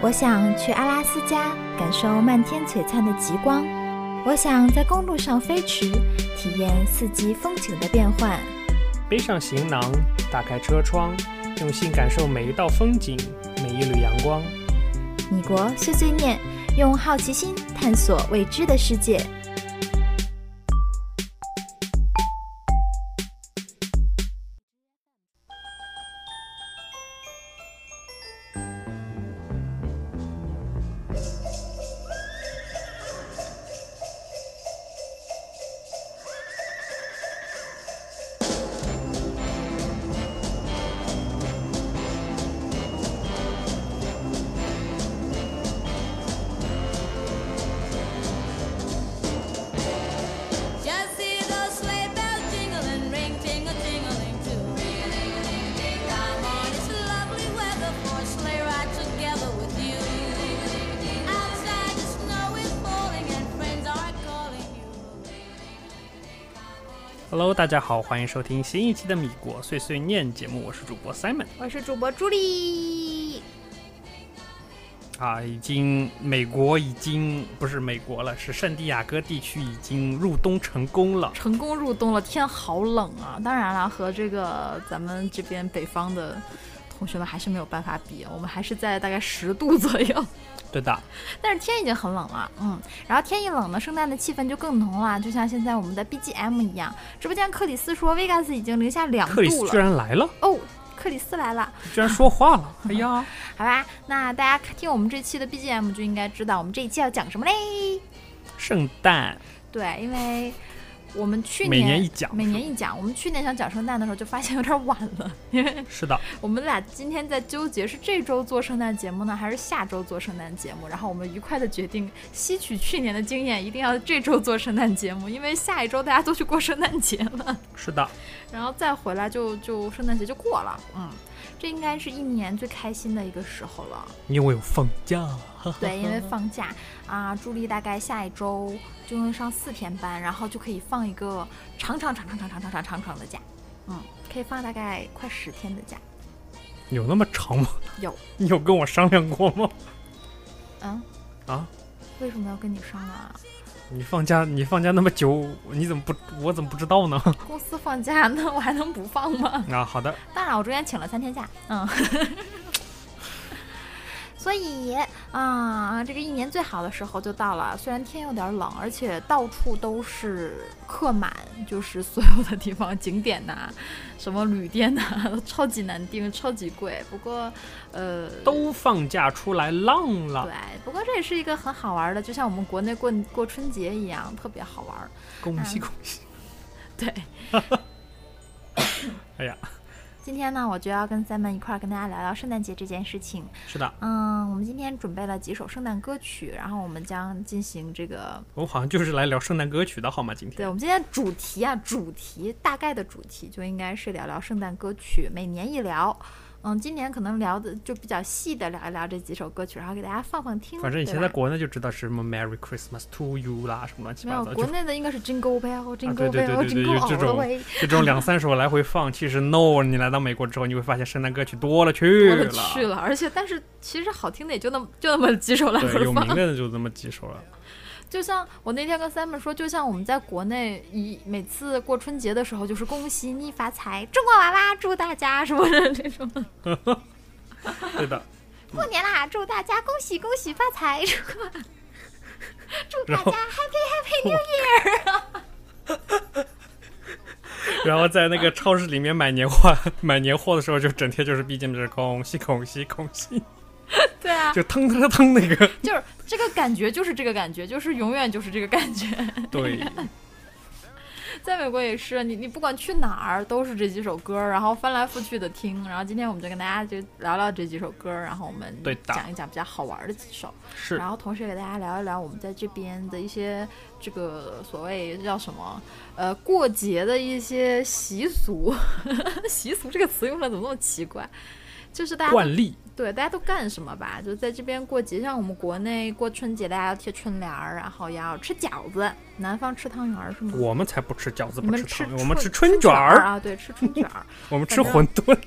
我想去阿拉斯加，感受漫天璀璨的极光。我想在公路上飞驰，体验四季风景的变换。背上行囊，打开车窗，用心感受每一道风景，每一缕阳光。米国碎碎念，用好奇心探索未知的世界。 Just see those sleigh bells jingle and ring, tingle, tingling too. Come on, it's lovely weather for a sleigh ride together with you. Outside the snow is falling and friends are calling you. Hello，大家好，欢迎收听新一期的《米国碎碎念》节目，我是主播 Simon 我是主播朱莉。啊，已经美国已经不是美国了，是圣地亚哥地区已经入冬成功了。成功入冬了，天好冷啊！当然了，和这个咱们这边北方的同学们还是没有办法比，我们还是在大概十度左右，对的，但是天已经很冷了，嗯。然后天一冷呢，圣诞的气氛就更浓了，就像现在我们的 BGM 一样。直播间克里斯说，维加斯已经零下两克里斯度居了。然来了，哦，克里斯来了，居然说话了。哎呀，好吧，那大家听我们这期的 BGM 就应该知道我们这一期要讲什么嘞？圣诞对，因为我们去每年年一讲，每年一讲，我们去年想讲圣诞的时候就发现有点晚了，因为是的，我们俩今天在纠结是这周做圣诞节目呢，还是下周做圣诞节目。然后我们愉快的决定，吸取去年的经验，一定要这周做圣诞节目，因为下一周大家都去过圣诞节了，是的，然后再回来就就圣诞节就过了。嗯，这应该是一年最开心的一个时候了。因为有放假，哈哈对，因为放假啊，朱莉大概下一周就会上四天班，然后就可以放一个长长长长长长长长长长的假，嗯，可以放大概快十天的假。有那么长吗？有，你有跟我商量过吗？嗯，啊，为什么要跟你商量啊？你放假，你放假那么久，你怎么不，我怎么不知道呢？公司放假，那 我还能不放吗？啊，好的，当然，我中间请了三天假，嗯。 所以啊、这个一年最好的时候就到了。虽然天有点冷，而且到处都是客满，就是所有的地方景点呐、 什么旅店呐、 都超级难订，超级贵。不过，呃，都放假出来浪了，对，不过这也是一个很好玩的，就像我们国内过过春节一样，特别好玩。恭嗯喜恭喜！。对哎呀，今天呢，我就要跟 Simon 一块儿跟大家聊聊圣诞节这件事情。是的，嗯，我们今天准备了几首圣诞歌曲，然后我们将进行这个，我们好像就是来聊圣诞歌曲的好吗？今对天我们今天主题啊，主题大概的主题就应该是聊聊圣诞歌曲，每年一聊。嗯，今年可能聊的就比较细的聊一聊这几首歌曲，然后给大家放放听。反正以对前在吧国内就知道是什么 “Merry Christmas to you” 啦，什么乱七没八有糟，国就啊内的应该是 Jingle Bell、Jingle 对对 Bell、对对 Jingle All 有这 the 种 Way，就这种两三首来 回放。其实 no，你来到美国之后，你会发现圣诞歌曲多了去多了，了去了。而且，但是其实好听的也就那么 就那么几首来对，回有放名。的就这么几首 了。就像我那天跟 Simon 说，就像我们在国内一每次过春节的时候，就是恭喜你发财，中国娃娃祝大家什么的这 种，对的，过年啦，祝大家恭喜恭喜发财， 祝祝然大家后 happy happy new year。然后在那个超市里面买年货， 买年货的时候就整天就是 BGM 就是恭喜恭喜恭喜，对啊，就腾腾腾那 个。就是这个感觉，就是这个感觉，就是永远就是这个感觉。 对，在美国也是，你你不管去哪儿都是这几首歌，然后翻来覆去的听。然后今天我们就跟大家就聊聊这几首歌，然后我们对的讲一讲比较好玩的几首。是然后同时给大家聊一聊我们在这边的一些这个所谓叫什么呃过节的一些习俗， 习俗这个词用的怎么那么奇怪？就是大家都惯例。对大家都干什么吧？就在这边过节，像我们国内过春节，大家要贴春联儿，然后要吃饺子，南方吃汤圆儿是吗？我们才不吃饺子，你不们吃吃汤圆，我们吃春卷儿儿，啊？对，吃春卷儿。我们吃反 馄饨。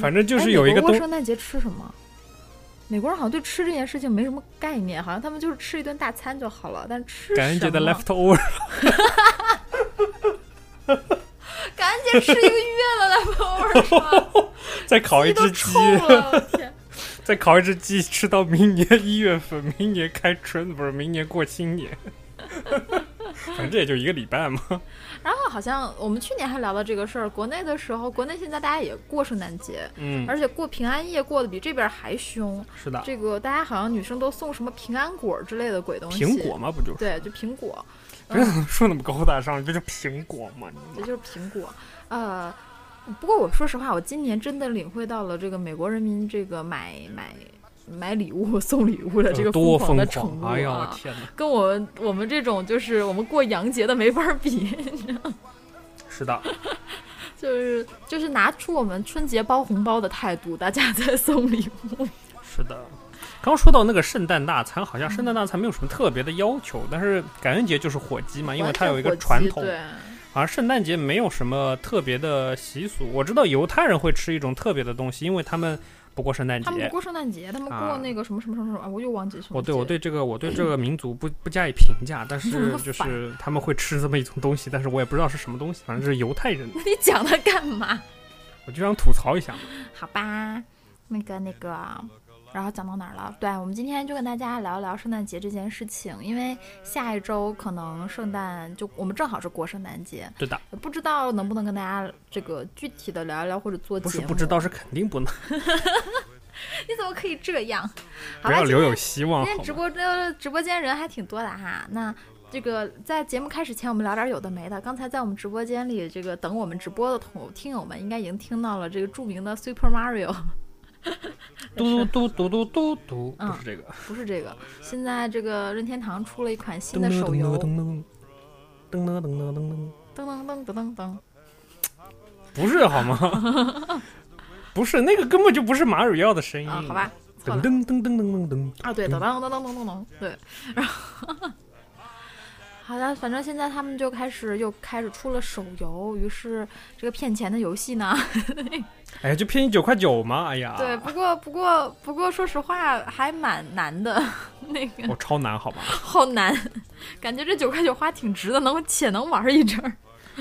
反正就是有一个哎美国东过，圣诞节吃什么？美国人好像对吃这件事情没什么概念，好像他们就是吃一顿大餐就好了。但吃感恩节的什么 leftover 感恩节吃一个月 了，leftover 是吧？再烤一都只鸡臭，了，我天！ 再烤一只鸡，吃到明年一月份， 明年开春不是明年过新年， 反正这也就一个礼拜嘛。然后好像我们去年还聊到这个事儿，国内的时候，国内现在大家也过圣诞节， 嗯，而且过平安夜过得比这边还凶。是的，这个大家好像女生都送什么平安果之类的鬼东西，苹果嘛不就是？对，就苹果， 不要 说那么高大上，这就苹果嘛，你这妈就是苹果。呃，不过我说实话，我今年真的领会到了这个美国人民这个买买买礼物送礼物的这个多狂的疯程度哎呀，我啊，天哪！跟我们我们这种就是我们过洋节的没法比。 是的，就是就是拿出我们春节包红包的态度，大家在送礼物。是的。刚说到那个圣诞大餐，好嗯像圣诞大餐没有什么特别的要求，但是感恩节就是火鸡嘛，因为它有一个传统，对，而圣诞节没有什么特别的习俗。我知道犹太人会吃一种特别的东西，因为他们不过圣诞他们不节。过圣诞节，他们啊过那个什么什么什么什么，啊我又忘记什么节。我对我对这个我对嗯这个民族不不加以评价，但 你怎么是那么就是他们会吃这么一种东西，但是我也不知道是什么东西，反正是犹太人的， 你讲它干嘛？我就想吐槽一下嘛。好吧，那个那个，然后讲到哪儿了？对，我们今天就跟大家聊一聊圣诞节这件事情，因为下一周可能圣诞就我们正好是过圣诞节，对的，不知道能不能跟大家这个具体的聊一聊或者做节不是目。不知道，，是肯定不能，你怎么可以这样？不好吧要，留有希望。今好天直吗？播这直播间人还挺多的哈。那这个在节目开始前，我们聊点有的没的。刚才在我们直播间里，这个等我们直播的同听友们应该已经听到了这个著名的 Super Mario，嘟嘟嘟嘟嘟嘟，嗯不是这个。不是这个。现在这个任天堂出了一款新的手游，噔噔噔噔噔噔噔，噔噔噔噔噔。不是好吗？不是那个根本就不是马里奥的声音啊，好吧，错噔了噔噔噔噔噔噔，啊，对，噔噔噔噔噔噔噔，对，然后。好的，反正现在他们就开始又开始出了手游，于是这个骗钱的游戏呢，哎呀，就便宜九块九嘛，哎呀，对，不过不过不过，说实话还蛮难的， 那个我、超难好吗？好难，感觉这九块九花挺值的，能且能玩一阵儿。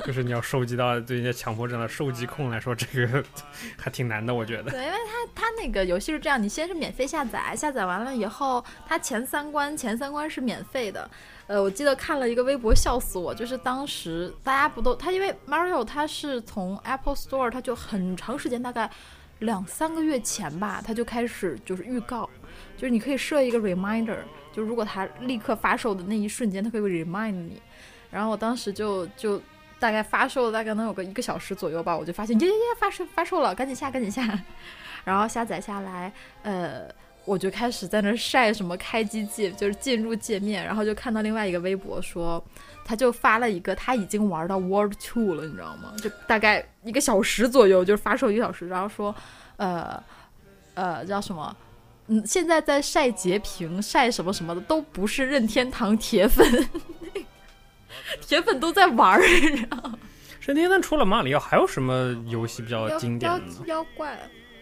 就是你要收集到对人家强迫症的收集控来说，这个还挺难的，我觉得。对，因为它它那个游戏是这样，你先是免费下载，下载完了以后，它前三关前三关是免费的。呃，我记得看了一个微博，笑死我，就是当时大家不都它因为 Mario 它是从 Apple Store 它就很长时间，大概两三个月前吧，它就开始就是预告，就是你可以设一个 reminder，就如果它立刻发售的那一瞬间，它可以 remind 你。然后我当时就就大概发售了大概能有个一个小时左右吧，我就发现耶耶耶发售发售了，赶紧下赶紧下，然后下载下来，呃。我就开始在那晒什么开机界，就是进入界面，然后就看到另外一个微博说，他就发了一个他已经玩到 World Two 了，你知道吗？就大概一个小时左右，就是发售一个小时，然后说，呃，呃，叫什么？嗯，现在在晒截屏、晒什么什么的，都不是任天堂铁粉， 铁粉都在玩儿，任天堂除了马里奥，还有什么游戏比较哦经典的呢？妖怪，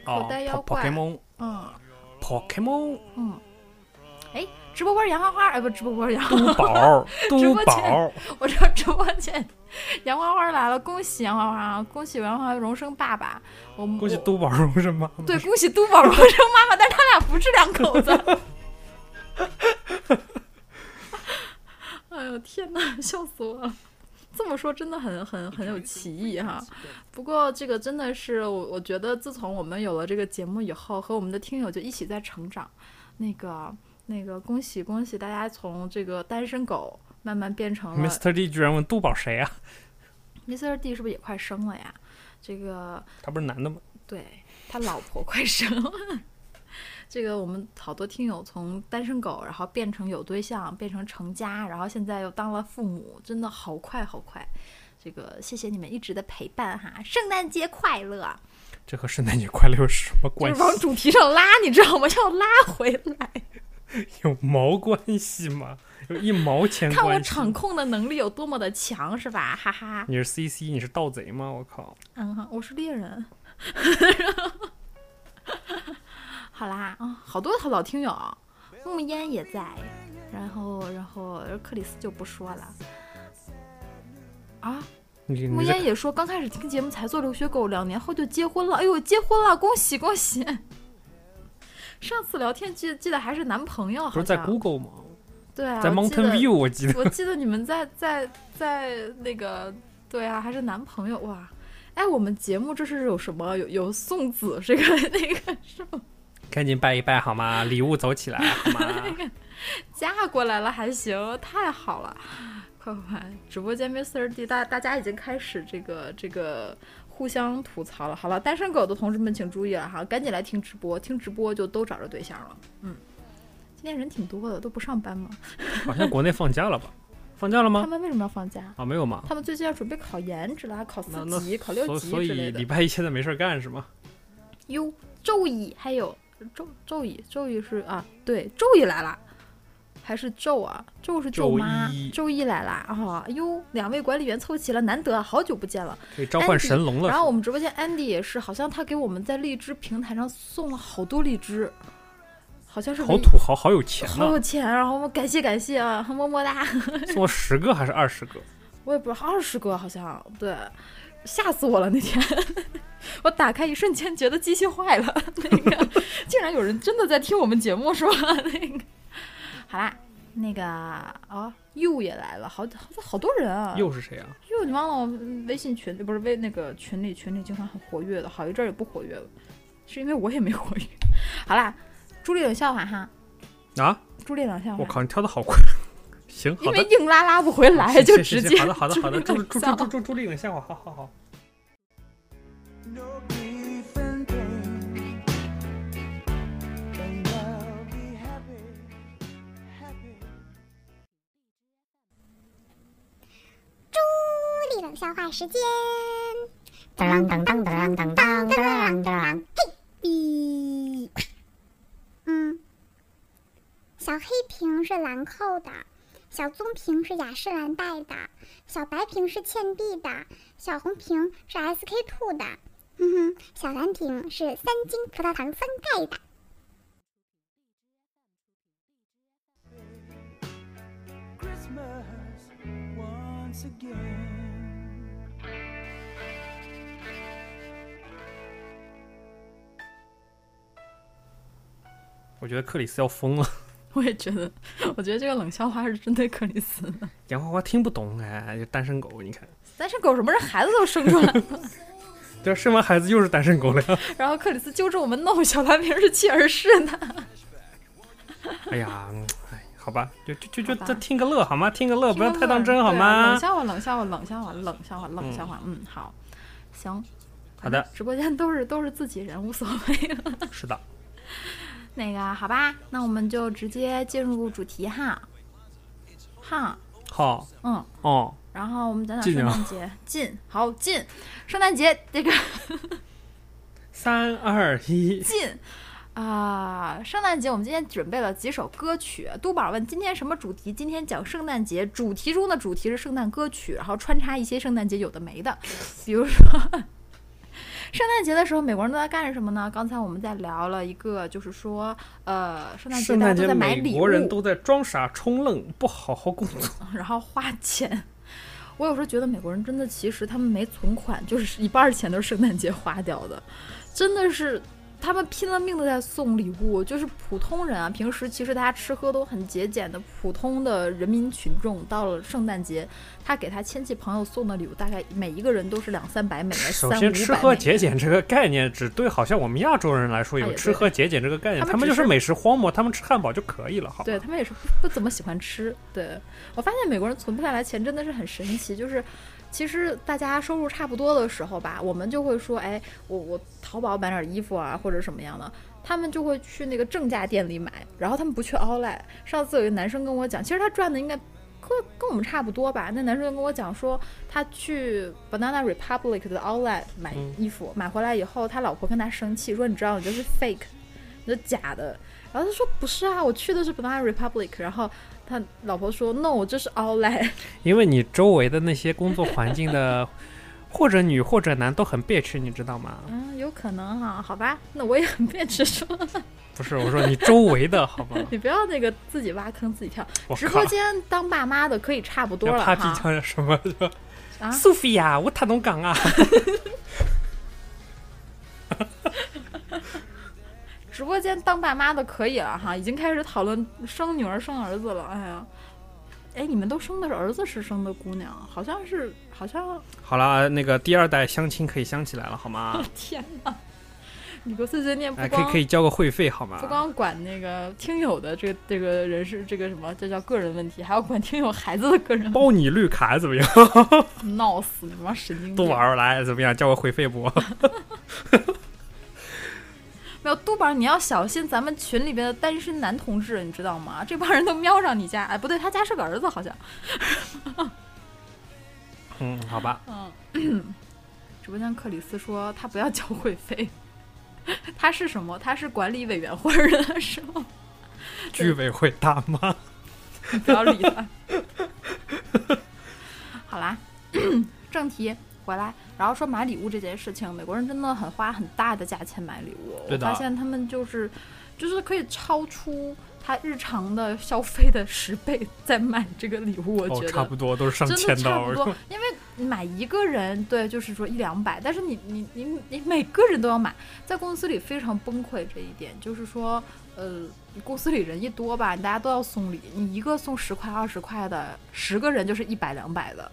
哦口袋妖怪，Pokemon，Pokemon，嗯嗯，哎，直播间杨花花，哎不，直播间杨花都花宝，直都播间宝， 我知道直播间 杨花花来了，恭喜杨花花啊，恭喜杨花花荣升爸爸，我们恭喜我都宝荣升妈妈。 对，恭喜都宝荣升妈妈，但是他俩不是两口子。 哎呦天哪， 笑死我了！这么说真的很很很有歧义哈。不过这个真的是我，我觉得自从我们有了这个节目以后，和我们的听友就一起在成长。那个那个，恭喜恭喜大家从这个单身狗慢慢变成了 Mr. D 居然问都宝谁啊？ Mr. D 是不是也快生了呀？这个他不是男的吗？对他老婆快生了。 这个我们好多听友从单身狗，然后变成有对象，变成成家，然后现在又当了父母，真的好快好快。这个谢谢你们一直的陪伴哈，圣诞节快乐！这和圣诞节快乐有什么就关是系？往主题上拉，你知道吗？ 要拉回来，有毛关系吗？ 有一毛钱看我关系？场控的能力有多么的强，是吧？哈哈，你是 CC，你是盗贼嗯吗？我靠！嗯，我是猎人。 好啦，啊，好多老听友，木烟也在，然后然后克里斯就不说了。啊，你木你烟这也说刚开始听节目才做留学狗，两年后就结婚了。哎呦，结婚了，恭喜恭喜！ 上次聊天记记得还是男朋友，好不像是在 Google 吗？对啊，在我记 Mountain 得 View 我记 得。我记得你们在在在那个，对啊，还是男朋友哇！哎，我们节目这是有什么有有送子这个 那个是吗？赶紧拜一拜好吗？礼物走起来好 吗？嫁过来了还行，太好了！快快快！直播间 Mr. D 大大家已经开始这个这个互相吐槽了。好了，单身狗的同志们请注意了哈，赶紧来听直播，听直播就都找着对象了。嗯，今天人挺多的，都不上班吗？好像国内放假了吧？放假了他吗？们为什么要放假？啊，没有吗？他们最近要准备考研之类，还考四那那级、考六所级所之类以的礼。拜一现在没事儿干是吗？哟，咒乙还有咒咒乙，咒乙是啊，对，咒乙来啦，还是咒啊？咒是舅妈咒一，咒一来啦啊！哟，两位管理员凑齐了，难得啊，好久不见了。可以召唤神龙了然是后我吗。们直播间 Andy 也是，好像他给我们在荔枝平台上送了好多荔枝，好像是好唯一土豪，好有钱好呢有！钱，啊然后我们感谢感谢啊，么么哒。送了十个还是二十个？我也不知道二十个好像对，吓死我了那天， 我打开一瞬间觉得机器坏了， 那个竟然有人真的在听我们节目是吧？ 那个好啦，那个哦又也来了，好好好多人啊，又是谁啊？又你忘了我们微信群不是微那个群里群里经常很活跃的，好一阵儿也不活跃了，是因为我也没活跃。 好啦，朱丽冷笑话哈，啊！朱丽冷笑话我，靠，你跳的好快！ 行，因好为的，硬拉拉不回来行就行直行接好的，好的，好的，朱朱朱丽冷笑朱话朱朱朱丽冷笑话，好好好。 No grief and pain, and I'll be happy, happy. 朱丽冷笑话时间。当当当当当当当当当，嘿，哔。嗯，小黑瓶是兰蔻的，小棕瓶是雅诗兰黛的，小白瓶是倩碧的，小红瓶是 SK two 的，嗯哼，小蓝瓶是三金葡萄糖酸钙的。 Christmas once again. 我觉得克里斯要疯了，我也觉得，我觉得这个冷笑话是针对克里斯的。杨花花听不懂哎，就单身狗，你看，单身狗什么人孩子都生出来了，对啊，生完孩子又是单身狗了呀。 然后克里斯纠正我们，no，小蓝瓶是妻儿室呢。哎呀，嗯哎，好吧，就就就就好吧再听个乐好吗？听个乐，哦不要太当真好对啊吗冷？笑话，冷笑话，冷笑话，冷笑话，冷笑话。嗯，好，行，好的，直播间都是都是自己人，无所谓了。 是的，那个，好吧，那我们就直接进入主题哈，哈，好嗯。哦，然后我们讲讲进圣啊诞节，进好进，圣诞节这个三二一，进啊、圣诞节我们今天准备了几首歌曲。都宝问今天什么主题？今天讲圣诞节，主题中的主题是圣诞歌曲，然后穿插一些圣诞节有的没的，比如说。圣诞节的时候，美国人都在干什么呢？刚才我们在聊了一个，就是说，呃，圣诞节圣大家诞都节在美买礼国人物，都在装傻充愣，不好好工作。然后花钱。我有时候觉得美国人真的，其实他们没存款，就是一半儿钱都是圣诞节花掉的，真的是他们拼了命的在送礼物。就是普通人啊，平时其实大家吃喝都很节俭的，普通的人民群众到了圣诞节，他给他亲戚朋友送的礼物，大概每一个人都是两三百美元，三首五百美先，元。吃喝节俭这个概念只对好像我们亚洲人来说哎有也吃喝节俭这个概念，他们他们只就是是美食荒漠，他们吃汉堡就可以了，好吧。对他们也是不不怎么喜欢吃。对我发现美国人存不下来钱真的是很神奇，就是其实大家收入差不多的时候吧，我们就会说，哎，我我淘宝买点衣服啊，或者什么样的。他们就会去那个正价店里买，然后他们不去 Outlet。上次有一个男生跟我讲，其实他赚的应该跟跟我们差不多吧。那男生就跟我讲说，他去 Banana Republic 的 Outlet 买嗯衣服，买回来以后，他老婆跟他生气，说你知道你这是 fake，你这假的。然后他说不是啊，我去的是 Banana Republic。然后他老婆说 no，这是 Outlet。因为你周围的那些工作环境的， 或者女或啊者男都很憋屈，你知道吗？嗯，有可能哈、好吧，那我也很别直说。 不是，我说你周围的好吗？你不要那个自己挖坑自己跳。我直靠播，间当爸妈的可以差不多那了帕皮哈。讲的什么？ 啊苏菲亚，我他侬讲啊，直播间当爸妈的可以了哈，已经开始讨论生女儿生儿子了。哎呀，哎，你们都生的是儿子，是生的姑娘，好像是，好像好了，那个第二代相亲可以相起来了，好 吗？天哪！你给我碎碎念不哎，可以光、可以交个会费，好吗不？光管那个听友的这个这个人是这个什么，这叫个人问题，还要管听友孩子的个人问包你绿卡怎么样？题，闹死你妈神经病！都玩儿来怎么样？交个会费不？ 没有督宝，你要小心咱们群里边的单身男同志，你知道吗？这帮人都瞄上你家，哎，不对，他家是个儿子，好像。嗯，好吧。直播间克里斯说他不要交会费，他是什么？他是管理委员会儿的是吗？居委会大妈，哦不要理他。好啦，正题回来，然后说买礼物这件事情，美国人真的很花很大的价钱买礼物，我对的发现他们就是就是可以超出他日常的消费的十倍在买这个礼物，我哦，觉差得。不多都是上真的千差刀不。多，因为买一个人，对，就是说一两百，但是你你你你每个人都要买，在公司里非常崩溃这一点，就是说，呃，公司里人一多吧，大家都要送礼，你一个送十块二十块的，十个人就是一百两百的，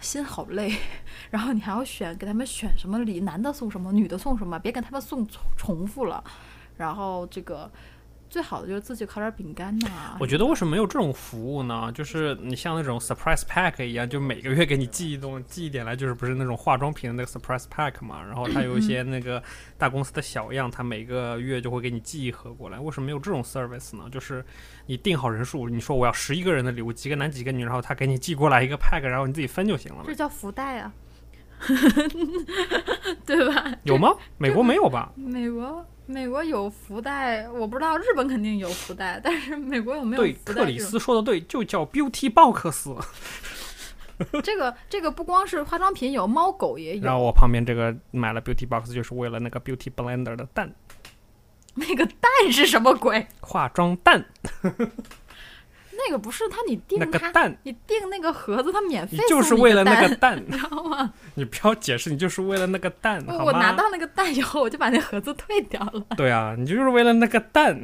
心好累。 然后你还要选给他们选什么礼，男的送什么，女的送什么，别给他们送重重复了。然后这个最好的就是自己烤点饼干呐、我觉得为什么没有这种服务呢？就是你像那种 surprise pack 一样，就每个月给你寄一种寄一点来，就是不是那种化妆品的那个 surprise pack 嘛？然后它有一些那个大公司的小样，它每个月就会给你寄一盒过来。为什么没有这种 service 呢？就是你定好人数，你说我要十一个人的礼物，几个男几个女，然后他给你寄过来一个 pack，然后你自己分就行了嘛这叫福袋啊， 对吧？有吗？美国没有吧？美国美国有福袋，我不知道日本肯定有福袋，但是美国有没有对，福克袋里这斯种？说的对，就叫 beauty box。这个这个不光是化妆品有，猫狗也然有。后我旁边这个买了 Beauty Box，就是为了那个 Beauty Blender 的蛋，那个蛋是什么鬼？化妆蛋，那个不是它，你订那个它，蛋，你订那个盒子，它免费你就是送你为一了那蛋个，蛋， 知道吗？你不要解释，你就是为了那个蛋，我好我吗？拿到那个蛋以后，我就把那盒子退掉了。对啊，你就是为了那个蛋，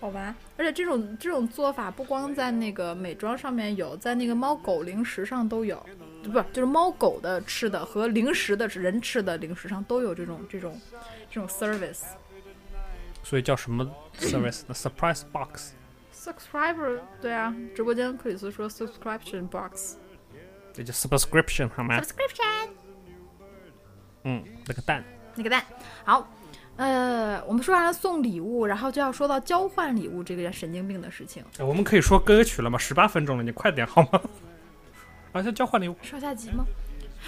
好吧，而且这种这种做法不光在那个美妆上面有，在那个猫狗零食上都有，不是就是猫狗的吃的和零食的人吃的零食上都有这种这种这种 service。所以叫什么 service 呢？Surprise Box。 subscriber 对啊，直播间克里斯说 subscription box 这叫 subscription 好吗？ subscription 嗯，那个蛋，那个蛋好。呃，我们说完了送礼物，然后就要说到交换礼物这个神经病的事情。哎我们可以说歌曲了吗？十八分钟了，你快点好吗？ 啊，就交换礼物，上下集吗？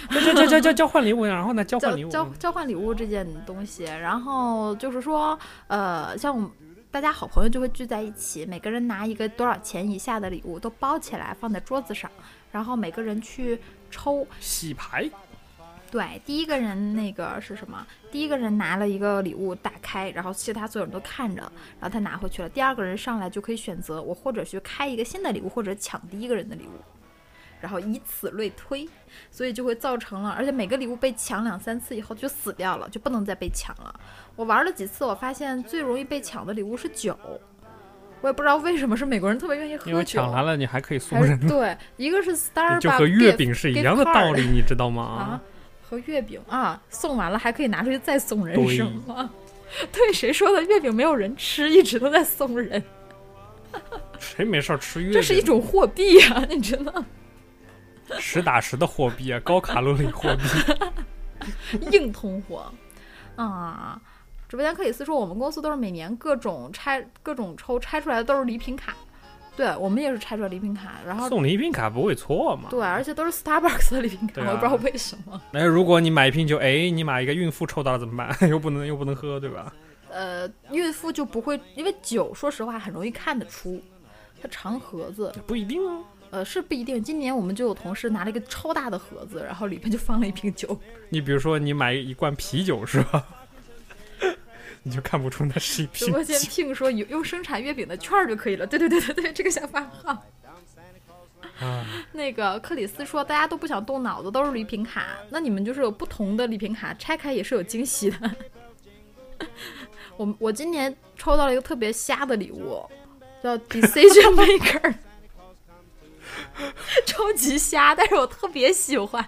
交交交交交交换礼物，然后呢，交交换礼物，交交换礼物这件东西，然后就是说，呃，像我们大家好朋友就会聚在一起，每个人拿一个多少钱以下的礼物都包起来放在桌子上，然后每个人去抽。洗牌，对，第一个人那个是什么？第一个人拿了一个礼物打开，然后其他所有人都看着，然后他拿回去了。第二个人上来就可以选择我或者去开一个新的礼物，或者抢第一个人的礼物。然后以此类推，所以就会造成了，而且每个礼物被抢两三次以后就死掉了，就不能再被抢了。我玩了几次，我发现最容易被抢的礼物是酒，我也不知道为什么是美国人特别愿意喝酒，因为抢来了你还可以送还是人，对，一个是 Starbucks 你就和月饼是 gift- 一样的 gift card 道理，你知道吗？啊，和月饼啊，送完了还可以拿出去再送人，对是吗？ 对，谁说的？月饼没有人吃，一直都在送人，谁没事儿吃月饼？这是一种货币啊！ 你知道，实打实的货币啊，高卡路里货币。硬通货啊！直播间克里斯说，我们公司都是每年各种拆、各种抽，拆出来的都是礼品卡。对，我们也是拆出来礼品卡，然后送礼品卡不会错嘛？啊对，而且都是 Starbucks 的礼品卡，对啊我也不知道为什么。那如果你买一瓶酒，哎，你买一个孕妇抽到了怎么办？ 又不能又不能喝，对吧？呃，孕妇就不会，因为酒说实话很容易看得出，它长盒子，不一定啊。呃，是不一定。今年我们就有同事拿了一个超大的盒子，然后里面就放了一瓶酒。你比如说，你买一罐啤酒是吧？ 你就看不出那是一直批播间鸡听说有用生产月饼的券儿就可以了。对对对对对，这个想法好。啊。 那个克里斯说，大家都不想动脑子，都是礼品卡。那你们就是有不同的礼品卡，拆开也是有惊喜的。 我我今年抽到了一个特别瞎的礼物，叫 Decision Maker，超 级瞎，但是我特别喜欢。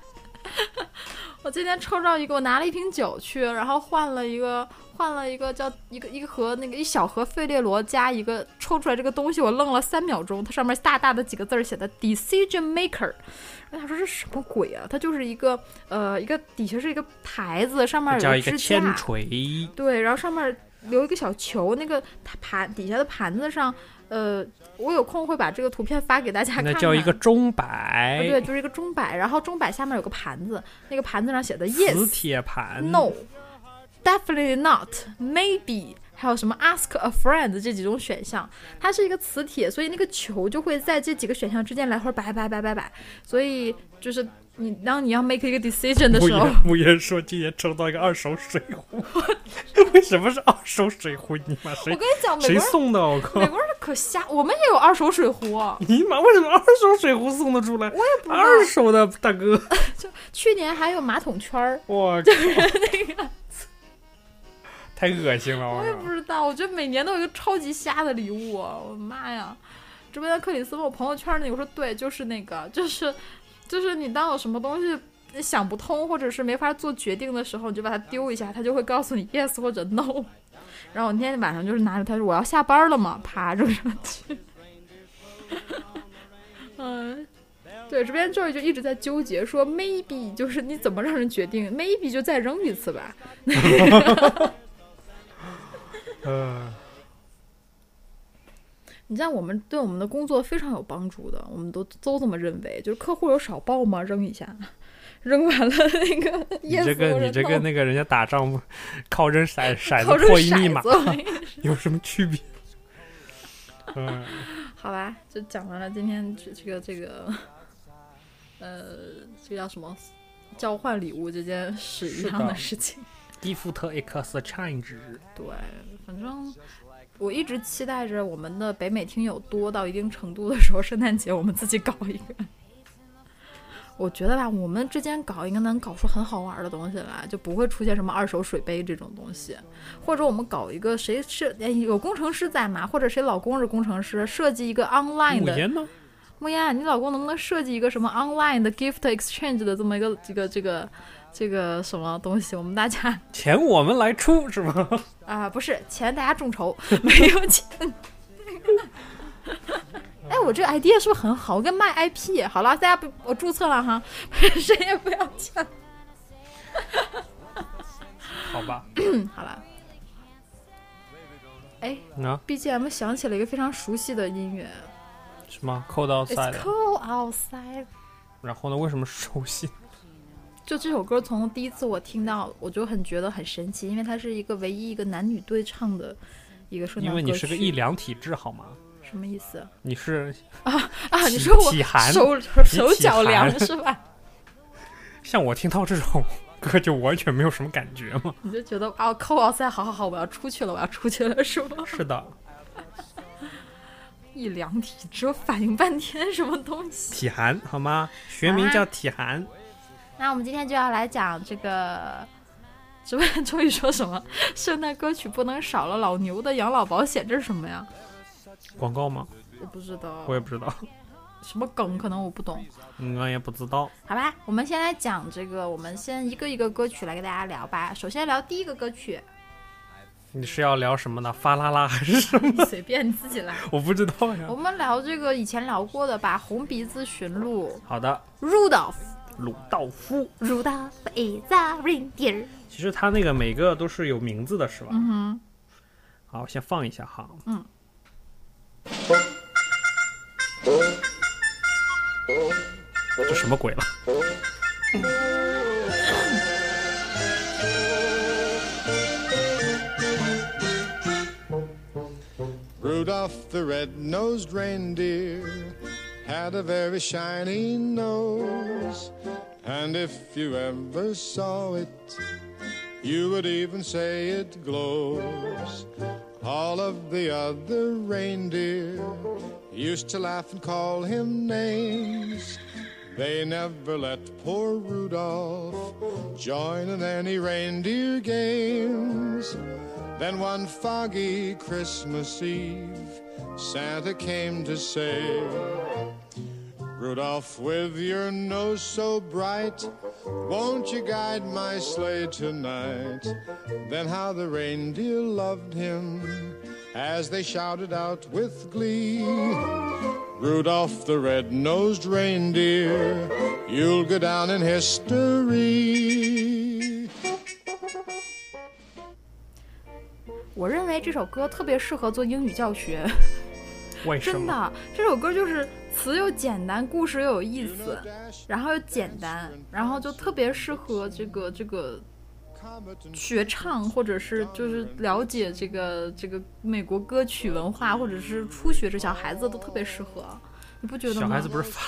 我今天抽到一个，我拿了一瓶酒去，然后换了一个换了一个叫一个一个盒那个一小盒费列罗加一个抽出来这个东西，我愣了三秒钟，它上面大大的几个字儿写的 decision maker，我想说这什么鬼啊？它就是一个呃一个底下是一个牌子，上面有叫个一个支铅架，锤，对，然后上面留一个小球，那个它盘底下的盘子上，呃，我有空会把这个图片发给大家看那看。叫一个钟摆啊，对，就是一个钟摆，然后钟摆下面有个盘子，那个盘子上写的磁 yes。铁盘 No, definitely not, maybe，还有什么 ask a friend 这几种选项，它是一个磁铁，所以那个球就会在这几个选项之间来回摆摆摆摆摆，所以就是你当你要 make 一个 decision 的木时候，言木言说今年抽到一个二手水壶， 为什么是二手水壶？你妈我谁跟你讲，美谁国人送的啊？我美靠！国人可瞎，我们也有二手水壶， 你妈为什么二手水壶送得出来？我也不知道二手的大 哥，去年还有马桶圈儿，我靠！太恶心了，我我也不靠！知道，我觉得每年都有一个超级瞎的礼物、我的妈呀！直播间克里斯问我朋友圈那个，我说对，就是那个， 就是就是你当有什么东西想不通或者是没法做决定的时候，你就把它丢一下，它就会告诉你 yes 或者 no。然 后我那天晚上就是拿着它说我要下班了嘛， 啪扔上去。 嗯，对，直播间 Joy 就一直在纠结说 maybe 就是你怎么让人决定 maybe 就再扔一次吧。嗯，你像我们对我们的工作非常有帮助的，我们都都这么认为。就是客户有少报吗？扔一下， 扔完了那个你 yes 这个或者你这 no 个那个人家打仗不靠扔 骰骰靠子扔破译密码骰子有什么区别？嗯， 好吧，就讲完了今天这这个这个，呃，这个叫什么？交换礼物这件事一是样的的事情。伊夫特 X change。对，反正我一直期待着我们的北美听友多到一定程度的时候，圣诞节我们自己搞一个。我觉得吧，我们之间搞应该能搞出很好玩的东西来，就不会出现什么二手水杯这种东西。或者我们搞一个，谁是哎有工程师在吗？或者谁老公是工程师，设计一个 online 五的言呢？莫言，你老公能不能设计一个什么 online 的 gift exchange 的这么一个这个这个这个什么东西？我们大家钱我们来出 是吗？啊、不是钱大家众筹， 没有钱。哎，我这个 idea 是不是很好？跟卖 IP 好了，大家不，我注册了哈， 谁也不要钱。好吧，嗯，好了。哎啊， ，BGM 响起了一个非常熟悉的音乐什么 cold outside？ ，It's 的 cold outside。然后呢？为什么熟悉？就这首歌从第一次我听到，我就很觉得很神奇，因为它是一个唯一一个男女对唱的一个圣诞因歌为曲。你是个一两体质，好吗？什么意思你是啊？你体说我体寒手体手脚寒凉是吧？像我听到这种歌就完全没有什么感觉嘛？你就觉得啊，扣奥赛，好好好，我要出去了，我要出去了，是吗？是的， 一两体只有反应半天，什么东西？ 体寒好吗？学名叫体寒，那我们今天就要来讲这个，直播间终于说什么？圣诞歌曲不能少了老牛的养老保险，这是什么呀？广告吗？我不知道我，也不知道，什么梗可能我不懂。 你们也不知道。好吧，我们先来讲这个，我们先一个一个歌曲来跟大家聊吧。首先聊第一个歌曲，你是要聊什么呢？发啦啦还是什么？ 你随便你自己来。我不知道呀 我。们聊这个以前聊过的吧，《红鼻子驯鹿》好的， ，Rudolph。鲁道夫， Rudolph is a reindeer。其实他那个每个都是有名字的，是吧？嗯哼。好，我先放一下哈。嗯。这什么鬼了？ Rudolph the red-nosed reindeer had a very shiny nose, and if you ever saw it, You would even say it glows. All of the other reindeer used to laugh and call him names. They never let poor Rudolph join in any reindeer games. Then one foggy Christmas Eve, Santa came to say, Rudolph, with your nose so bright, won't you guide my sleigh tonight? Then how the reindeer loved him as they shouted out with glee. Rudolph the red-nosed reindeer, you'll go down in history. 我认为这首歌特别适合做英语 教学，为什真么？的，啊这首歌就是词又简单，故事又有意思，然后又简单，然后就特别适合这个这个学唱，或者是就是了解这个这个美国歌曲文化，或者是初学者小孩子都特别适合，你不觉得吗？小孩子不是发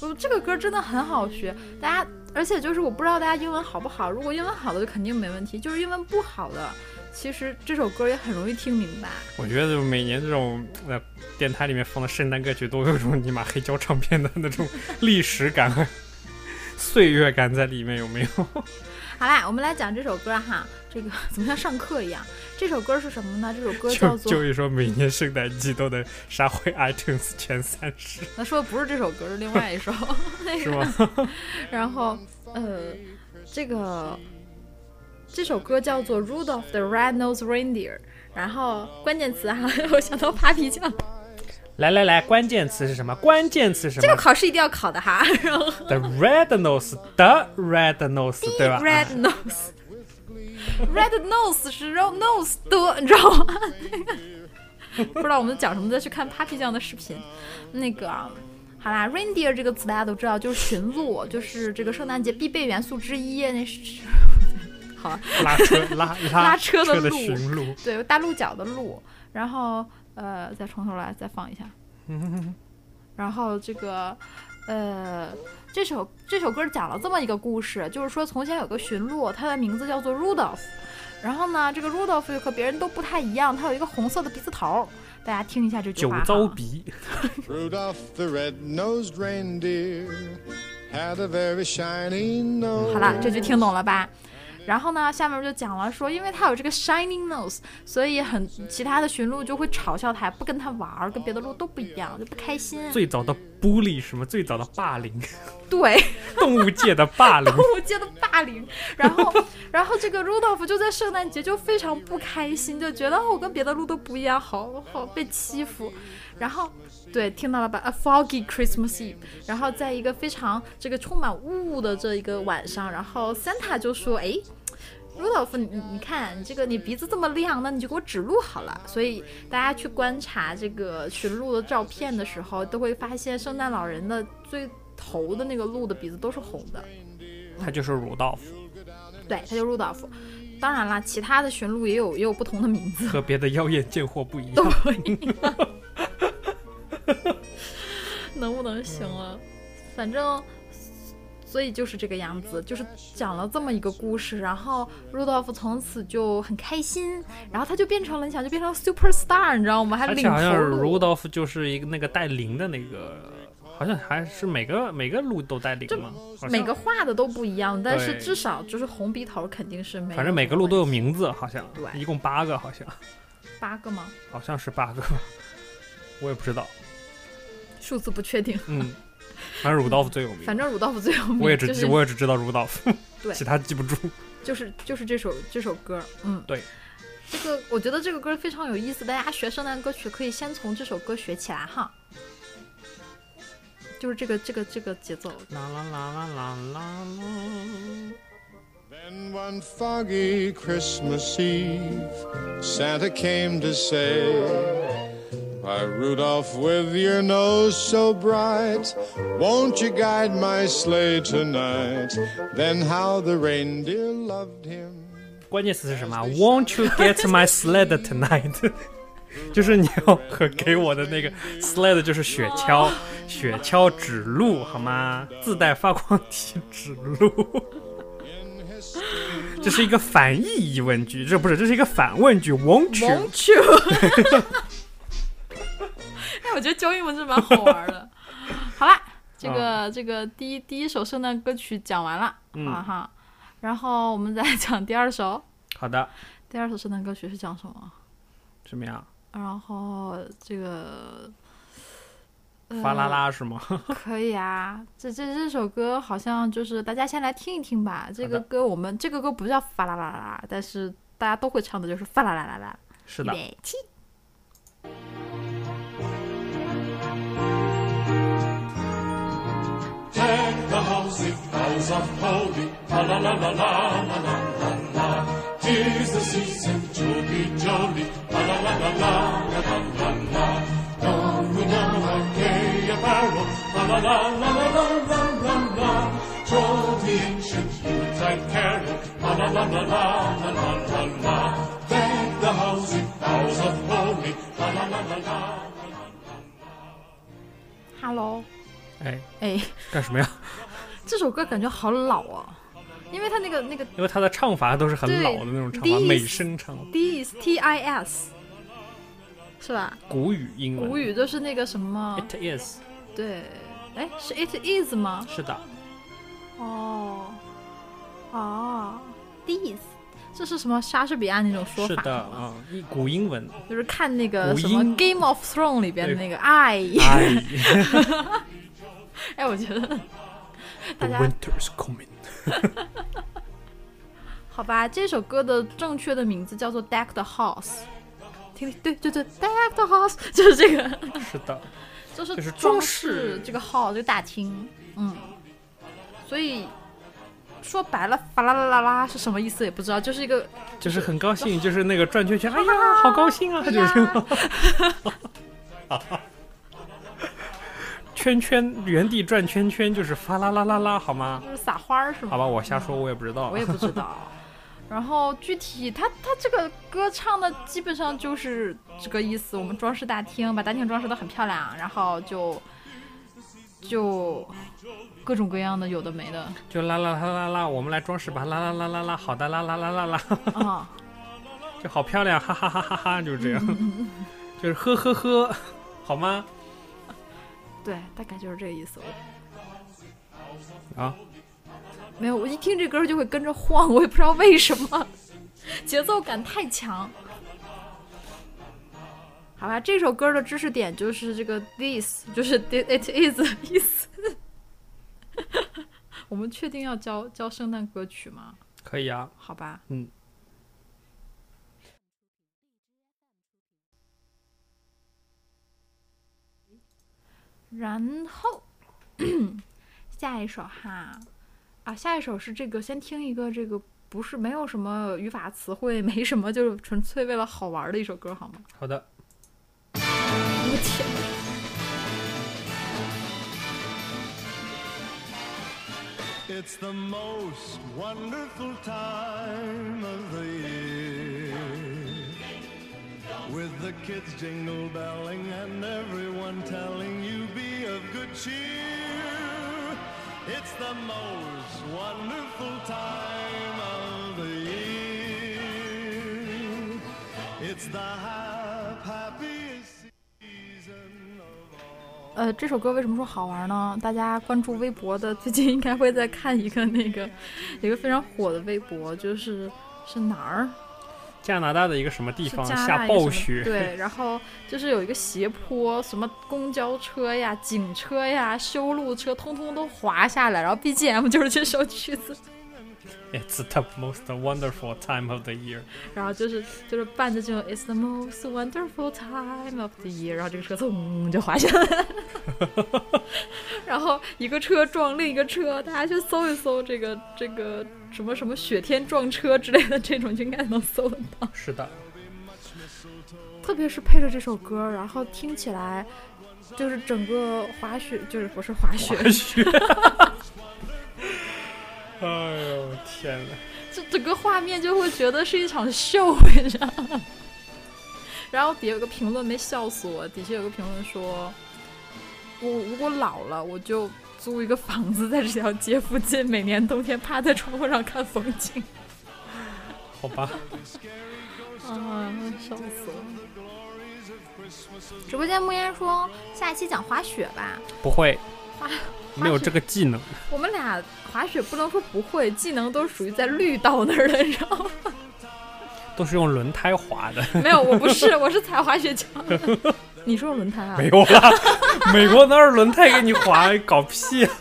不，这个歌真的很好学，大家，而且就是我不知道大家英文好不好，如果英文好的就肯定没问题，就是英文不好的，其实这首歌也很容易听明白。我觉得每年这种呃电台里面放的圣诞歌曲，都有一种尼玛黑胶唱片的那种历史感和 岁月感在里面，有没有？好啦，我们来讲这首歌哈，这个 怎么像上课一样？这首歌是什么呢？这首歌叫就做就，一说每年圣诞季都能杀回 iTunes 前三十，那说的不是这首歌，是另外一首。 那是个， 吗？然后呃，这个这首歌叫做《Rudolph the Red-Nosed Reindeer》，然后关键词哈， 我想到扒皮酱，来来来，关键词是什么？关键词是什这个么考试一定要考的哈。 然后。 ？The red nose，the red nose，对吧？啊 Red nose。Red nose 是 red nose 的，你知道吗？ 不知道我们讲什么的，去看 Papi 酱的视频。那个，好啦，reindeer 这个词大家都知道，就是驯鹿，就是这个圣诞节必备元素之一。那是，好啊，拉车拉拉拉车的车的路驯鹿，对，大鹿角的鹿。然后，呃，再从头来，再放一下。然后这个，呃，这首这首歌讲了这么一个故事，就是说从前有个驯鹿，它的名字叫做 Rudolph。然后呢，这个 Rudolph 又和别人都不太一样，它有一个红色的鼻子头儿。大家听一下这句酒话哈。糟鼻。 Rudolph the red-nosed reindeer had a very shiny 好 nose. 了，这就听懂了吧？然后呢，下面就讲了说，因为它有这个 shining nose，所以很其他的驯鹿就会嘲笑它，不跟它玩儿，跟别的鹿都不一样，就不开心。最早的 bully 什么？最早的霸凌，对。动物界的霸 凌。我界的霸凌。然后，然后这个 Rudolph 就在圣诞节就非常不开心，就觉得哦我跟别的鹿都不一样，好好被欺负。然后，对，听到了吧？A foggy Christmas Eve。然后，在一个非常这个充满雾的这一个晚上，然后 Santa 就说：“哎。”卢道夫，你你你看，你这个你鼻子这么亮，那你就给我指路好了。所以大家去观察这个驯鹿的照片的时候，都会发现圣诞老人的最头的那个鹿的鼻子都是红的。他就是鲁道夫，对，他就入道夫。当然啦，其他的驯鹿也有也有不同的名字。和别的妖艳贱货不一 都样。不一样，能不能行啊？反正，所以就是这个样子，就是讲了这么一个故事，然后 Rudolph 从此就很开心，然后他就变成了，你想就变成 super star，你知道吗？还而领且好像头鲁鹿。道夫就是一个那个带铃的那个，好像还是每个每个鹿都带铃嘛，好像每个画的都不一样，但是对至少就是红鼻头肯定是没有。反正每个鹿都有名字，好像对一共八个，好像八个吗？好像是八个， 我也不知道。数字不确定， 嗯，反正鲁道夫最有名，反正鲁道夫最有名。我也只就记、是我也只知道鲁道夫，对 其他记不住。就是就是这首这首歌，嗯，对。这个我觉得这个歌非常有意思，大家学圣诞歌曲可以先从这首歌学起来哈。就是这个这个这个节奏，啦啦啦啦啦啦啦。 Then one foggy Christmas Eve, Santa came to say, Why, Rudolph, with your nose so bright, won't you guide my sleigh tonight? Then how the reindeer loved him. 关键词是 什么啊？Won't you get my sled tonight？就是你要和给我的那 个 sled 就是雪橇，雪橇指路好吗？自带发光体指路， 这是一个反义疑问句，这不是，这是一个反问句，Won't you？ Won't you？哎，我觉得教英文是蛮好玩 的。好啦，这个、这个第一第一首圣诞歌曲讲完了，嗯啊哈，然后我们再讲第二首。 好的，第二首圣诞歌曲是讲什么？怎么样？然后这个，呃发啦啦是吗？ 可以啊，这这这首歌好像就是大家先来听一听吧。这个好的歌我们这个歌不叫发啦啦啦啦，但是大家都会唱的就是发啦啦啦啦。是的预，备起 Deck the housey, house of howdy, la la la la la la la la la. Tis the season to be jolly, la la la la la la la la la. Don't we know our gay apparel, la la la la la la la la la. Told the ancient Yuletide carol, la la la la la la la la la. Deck the housey, house of howdy, la la la la la la la. ，Hello，哎，哎， 干什么呀？这首歌感觉好老啊，因为它那个那个因为他的唱法都是很对老的那种唱法， these- 美声唱法 dis t i s 是吧？古语英文。古语就是那个什么， It is，对，哎，是 it is 吗？是的，哦，哦，dis，这是什么莎士比亚那种说是法？的啊，一古英文。就是看那个古什么音《Game of Thrones》里边的那个爱， 哎哎，我觉得，The 大家 winter is coming。好吧，这首歌的正确的名字叫做《Deck the House》。听，对对对，Deck the House 就是这个，是的，就是就是装装饰这个 hall 这个大厅，嗯，所以说白了，法啦啦啦啦是什么意思也不知道，就是一个就是很高兴，就是那个转圈圈，哎呀，好高兴啊！他 就是呀圈圈原地转圈圈，就是发啦啦啦啦，好吗？就是撒花儿是吗？好吧，我瞎说，我也不知道啊我。也不知 道。然后具体他他这个歌唱的基本上就是这个意思，我们装饰大厅，把大厅装饰的很漂亮，然后就就各种各样的有的没 的就啦啦啦啦啦，我们来装饰吧，啦啦啦啦啦，好的，啦啦啦啦啦，啊，就好漂亮，哈哈哈哈哈，就是这 样，就是呵呵呵，好吗？对，大概就是这个意思。我啊，没有，我一听这歌就会跟着晃，我也不知道为什么，节奏感太强。好吧，这首歌的知识点就是这个 this，就是 it is 的意思。 我们确定要教教圣诞歌曲吗？可以啊，好吧，嗯。然后 下一首哈，啊，下一首是这个，先听一个这个不是没有什么语法词汇，没什么， 就是纯粹为了好玩的一首歌，好吗？好的。我天， It's the most wonderful time of the year. With the kids jingle belling and everyone telling you be of good cheer. It's the most wonderful time of the year. It's the hap- happiest season of all. 呃，这首歌为什么说好玩呢？大家关注微博的，最近应该会在看一个那 个，一个非常火的微博，就是是哪儿？加拿大的一个什么地是方啊加拿大下一个暴什么雪，对，然后就是有一个斜坡，什么公交车呀、警车呀、修路车，通通都滑下来，然后 BGM 就是这首曲子， It's the most wonderful time of the year。然后就是就是伴着这种 It's the most wonderful time of the year，然后这个车噌就滑下来， 然后一个车撞另一个车，大家去搜一搜这个这个什么什么雪天撞车之类的这种，应该能搜得到。是的，特别是配着这首歌，然后听起来就是整个滑雪，就是不是滑雪，雪。 哎呦天哪！这整个画面就会觉得是一场秀，你知道吗？ 然后底下有个评论没笑死我，底下有个评论说，我如果老了，我就租一个房子在这条街附近，每年冬天趴在窗户上看风景。好吧， 啊，笑死了！直播间木烟说下一期讲滑雪吧，不会，滑没有这个技能。我们俩滑雪不能说不会，技能都属于在绿道那儿的，你知道 吗？都是用轮胎滑的，没有，我不是，我是踩滑雪场。你说轮胎啊？有啦，美国哪有轮胎给你滑？搞屁啊！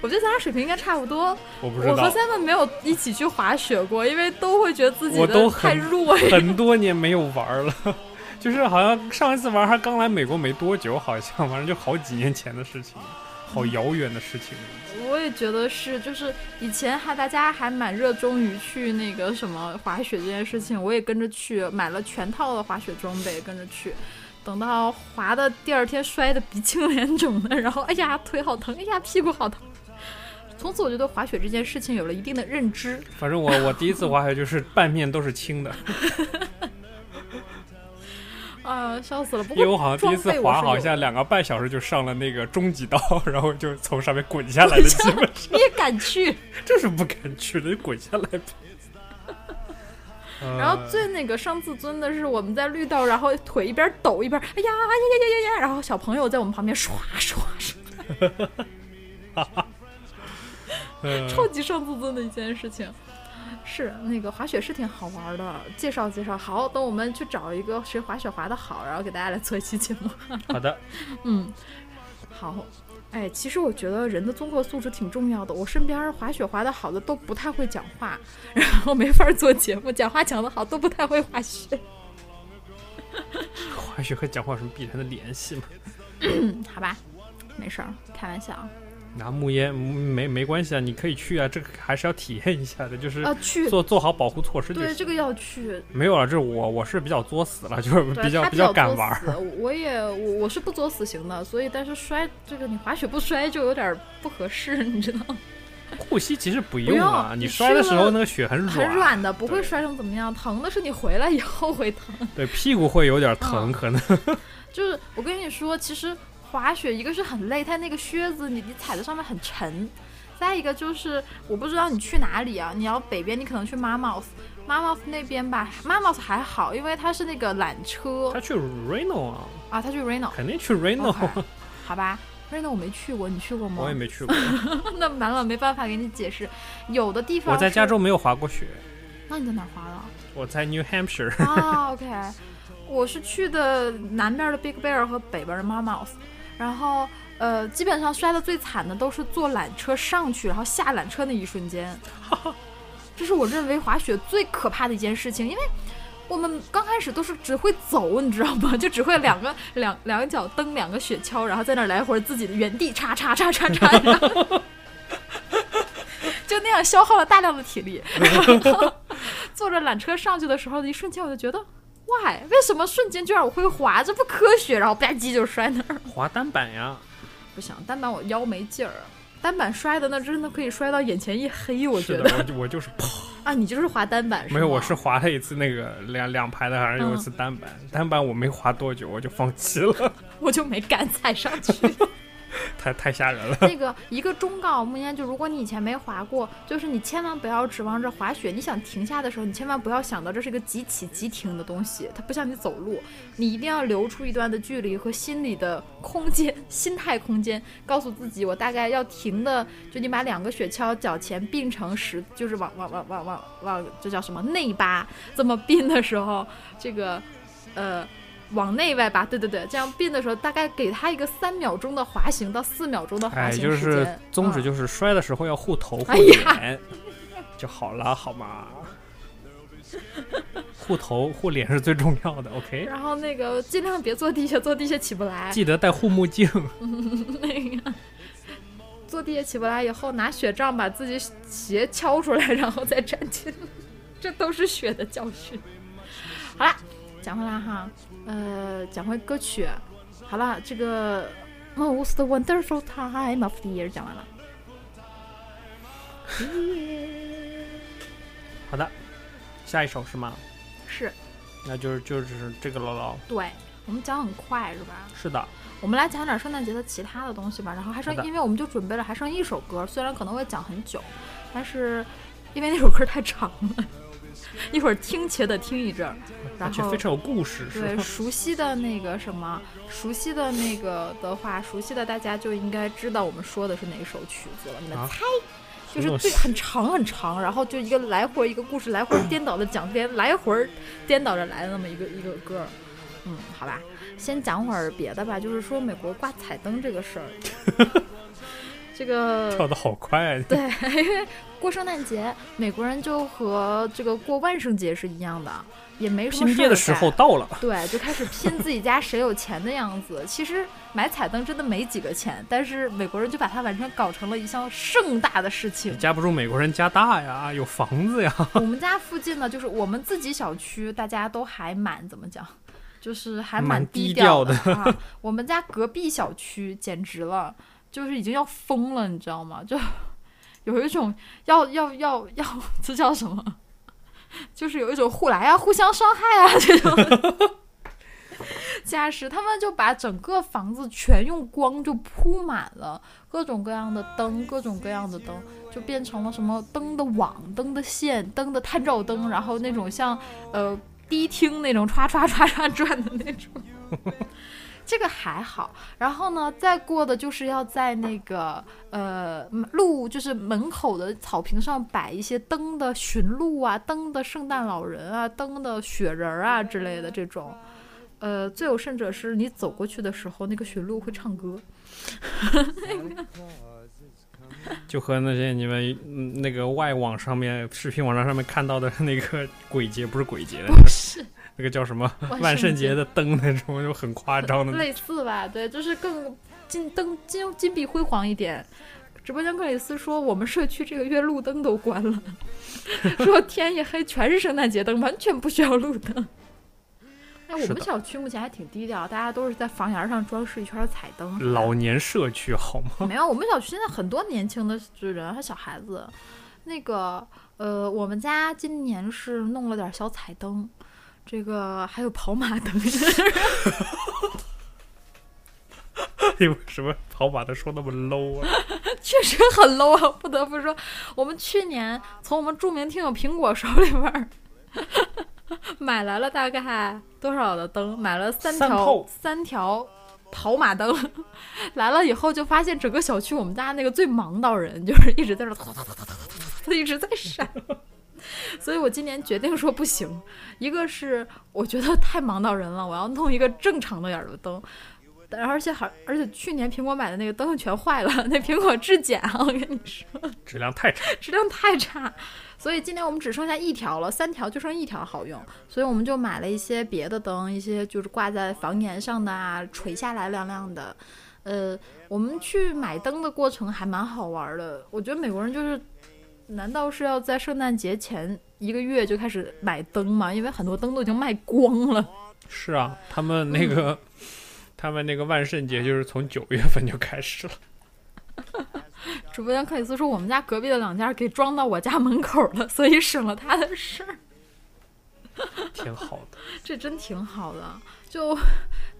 我觉得咱俩水平应该差不多。我不知我和道， Simon 没有一起去滑雪过，因为都会觉得自己我的都太很弱。 很多年没有玩了，就是好像上一次玩还刚来美国没多久，好像反正就好几年前的事情，好遥远的事情。我也觉得是，就是以前还大家还蛮热衷于去那个什么滑雪这件事情，我也跟着去买了全套的滑雪装备跟着去。等到滑的第二天摔的鼻青脸肿的，然后哎呀腿好疼，哎呀屁股 好疼。从此我就对滑雪这件事情啊有了一定的认知。反正我我第一次滑雪就是半面都是青的，啊、笑死了！不因为过我好像第一次装备我滑是有好像两个半小时就上了那个中级道， 然后就从上面滚下来的，基本上你也敢去？就是不敢去的，就滚下 来呗。然后最那个伤自尊的是，我们在绿道，然后腿一边抖一边，哎呀呀呀呀呀呀，然后小朋友在我们旁边刷刷刷，呃超级伤自尊的一件事情。是那个滑雪是挺好玩的，介绍介绍。好，等我们去找一个谁滑雪滑的好，然后给大家来做一期节目。好的，嗯，好。哎，其实我觉得人的综合素质挺重要的。我身边滑雪滑得好的都不太会讲话，然后没法做节目；讲话讲得好都不太会滑雪。滑雪和讲话有什么必然的联系吗？好吧，没事儿，开玩笑啊。拿木烟嗯没没关系啊，你可以去啊，这个还是要体验一下的，就是啊，去，做做好保护措施就对，行。这个要去。没有了，这我我是比较作死了，就是对比较他比较较敢作玩儿。死我我也我我是不作死型的，所以但是摔这个你滑雪不摔就有点儿不合适，你知道吗？护膝其实不用用啊，你你摔的去时候了那个雪很很软，软的，不会对摔成怎么样，疼的是你回来以后会疼。对屁股会有点疼，嗯可能 就是我跟你说，其实滑雪一个是很累，它那个靴子你你踩在上面很沉，再一个就是我不知道你去哪里啊，你要北边你可能去 Mammoth。Mammoth 那边吧，Mammoth 还好，因为它是那个缆车他去 Reno 啊，啊，它去 Reno，肯定去 Reno， OK 哦好吧，Reno 我没去过，你去过吗？我也没去过， 那完了，没办法给你解释。有的地方我在是加，州没有滑过雪，那你在哪儿滑了？我在 New Hampshire。啊，OK，我是去的南边的 Big Bear 和北边的 Mammoth，然后呃，基本上摔得最惨的都是坐缆车上去，然后下缆车那一瞬间，这是我认为滑雪最可怕的一件事情，因为。我们刚开始都是只会走，你知道吗？ 就只会两个两两脚蹬两个雪橇，然后在那儿来回自己原地叉叉叉叉叉，然后 就那样消耗了大量的体力。然后坐着缆车上去的时候，一瞬间我就觉得，why？为什么瞬间就让我会滑？这不科学！然后吧唧就摔那儿，滑单板呀，不行，单板我腰没劲儿，单板摔的那真的可以摔到眼前一黑，我是觉得的，我就我就是啪，啊，你就是滑单板没有，吗我是滑了一次那个两两排的，嗯好像有一次单板，单板我没滑多久我就放弃 了，我就没敢踩上 去。太太吓人了。那个一个忠告，木烟，就如果你以前没滑过，就是你千万不要指望着滑雪，你想停下的时候，你千万不要想到这是一个急起急停的东西，它不像你走路，你一定要留出一段的距离和心理的空间、 心态空间，告诉自己我大概要停的，就你把两个雪橇脚前并成十，就是往往往往往往，这叫什么内八这么并的时候，这个呃。往内外吧，对对对，这样并的时候，大概给他一个三秒钟的滑行到四秒钟的滑哎，行就时间。是宗旨嗯就是摔的时候要护头护哎呀脸 就好了，好吗？护头护脸是最重要的，OK。然后那个尽量别坐地下，坐地下起不来。记得戴护目镜， 那个坐地下起不来以后，拿雪杖把自己鞋敲出来，然后再站起来，这都是雪的教训。好啦，讲回来哈，呃，讲回歌曲。好了，这个 Most Wonderful Time of the Year 讲完了。好的，下一首是吗？是那就是就是这个了喽。对，我们讲很快是吧？是的，我们来讲点圣诞节的其他的东西吧。然后还剩好，的因为我们就准备了还剩一首歌，虽然可能会讲很久，但是因为那首歌太长了， 一会儿听且得听一阵儿，然而且后非常有故事，是对吧？熟悉的那个什么，熟悉的那个的话，熟悉的大家就应该知道我们说的是哪首曲子了。你们啊猜，什就么东是最西很长很长，然后就一个来回一个故事，来回颠倒的讲，颠来回颠倒着来的那么一个一个歌儿。嗯，好吧，先讲会儿别的吧，就是说美国挂彩灯这个 事儿，这个跳的好快啊！对，因为过圣诞节，美国人就和这个过万圣节是一样的，也没什 么拼事儿夜的时干候到了，对，就开始拼自己家谁有钱的样子。其实买彩灯真的没几个钱，但是美国人就把它完全搞成了一项盛大的事情你。架不住美国人家大呀，有房子呀， 我们家附近呢，就是我们自己小区，大家都还蛮怎么讲，就是还蛮低低调调啊。我们家隔壁小区简直了，就是已经要疯了，你知道吗？就 有一种要要要要，这叫什么？就是有一种互来啊、互相伤害啊 这种架势，他们就把整个房子全用光就铺满了，各种各样的灯，各种各样的灯，就变成了什么灯的网、灯的线、灯的探照灯，然后那种像呃迪厅那种唰唰唰唰转的那种。 这个还好，然后呢，再过的就是要在那个呃嗯路，就是门口的草坪上摆一些灯的驯鹿啊、灯的圣诞老人啊、灯的雪人儿啊之类的这种。呃，最有甚者是你走过去的时候，那个驯鹿会唱歌。 就和那些你们嗯那个外网上面、视频网站上面看到的那个鬼节，不是鬼 节的，不是，那个叫什么万万圣圣节的灯那种，就很夸张 的。类似吧，对，就是更金灯金金碧辉煌一点。直播间克里斯说，我们社区这个月路灯都关了， 说天一黑全是圣诞节灯，完全不需要路灯。哎，我是们的小区目前还挺低调，大家都是在房檐上装饰一圈彩灯。老年社区好吗？ 没有，我们小区现在很多年轻的人和小孩子。那个，呃，我们家今年是弄了点小彩灯，这个还有跑马灯。 你为什么跑马的说那么 low 啊？ 确实很 low 啊，不得不说，我们去年从我们著名听友苹果手里边儿买来了大概多少的灯？买了三三条套三条跑马灯， 来了以后就发现整个小区我们家那个最忙到人，就是一直在那哒哒哒哒哒哒哒哒一直在闪。 所以我今年决定说不行，一个是我觉得太忙到人了，我要弄一个正常的点儿的灯，但而且还而且去年苹果买的那个灯全坏了，那苹果质检啊，我跟你说质量太差，质量太差，所以今年我们只剩下一条了，三条就剩一条好用，所以我们就买了一些别的灯，一些就是挂在房檐上的啊，垂下来亮亮的。呃，我们去买灯的过程还蛮好玩的，我觉得美国人就是，难道是要在圣诞节前一个月就开始买灯吗？因为很多灯都已经卖光了。是啊，他们那个、他们那个万圣节就是从九月份就开 始了。主播间克里斯说，我们家隔壁的两家给装到我家门口了，所以省了他的事儿。挺好的， 这真挺好的。就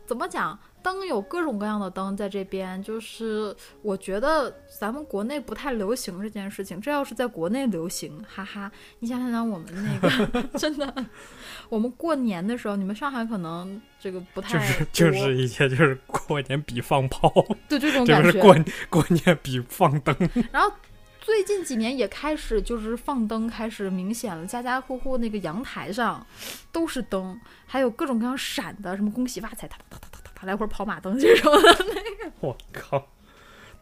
怎么讲，灯有各种各样的灯在这边，就是我觉得咱们国内不太流行这件事情。这要是在国内流行，哈哈，你想想我们那 个真的，我们过年的时候，你们上海可能这个不太就是 多就是一些就是过年比放炮，对这种这感不觉，是过 过年比放灯，然后最近几年也开始就是放灯，开始明显了，家家户户那个阳台上都是灯，还有各种各样闪的，什么恭喜发财，哒哒哒哒哒哒，来回跑马灯这种的，我靠，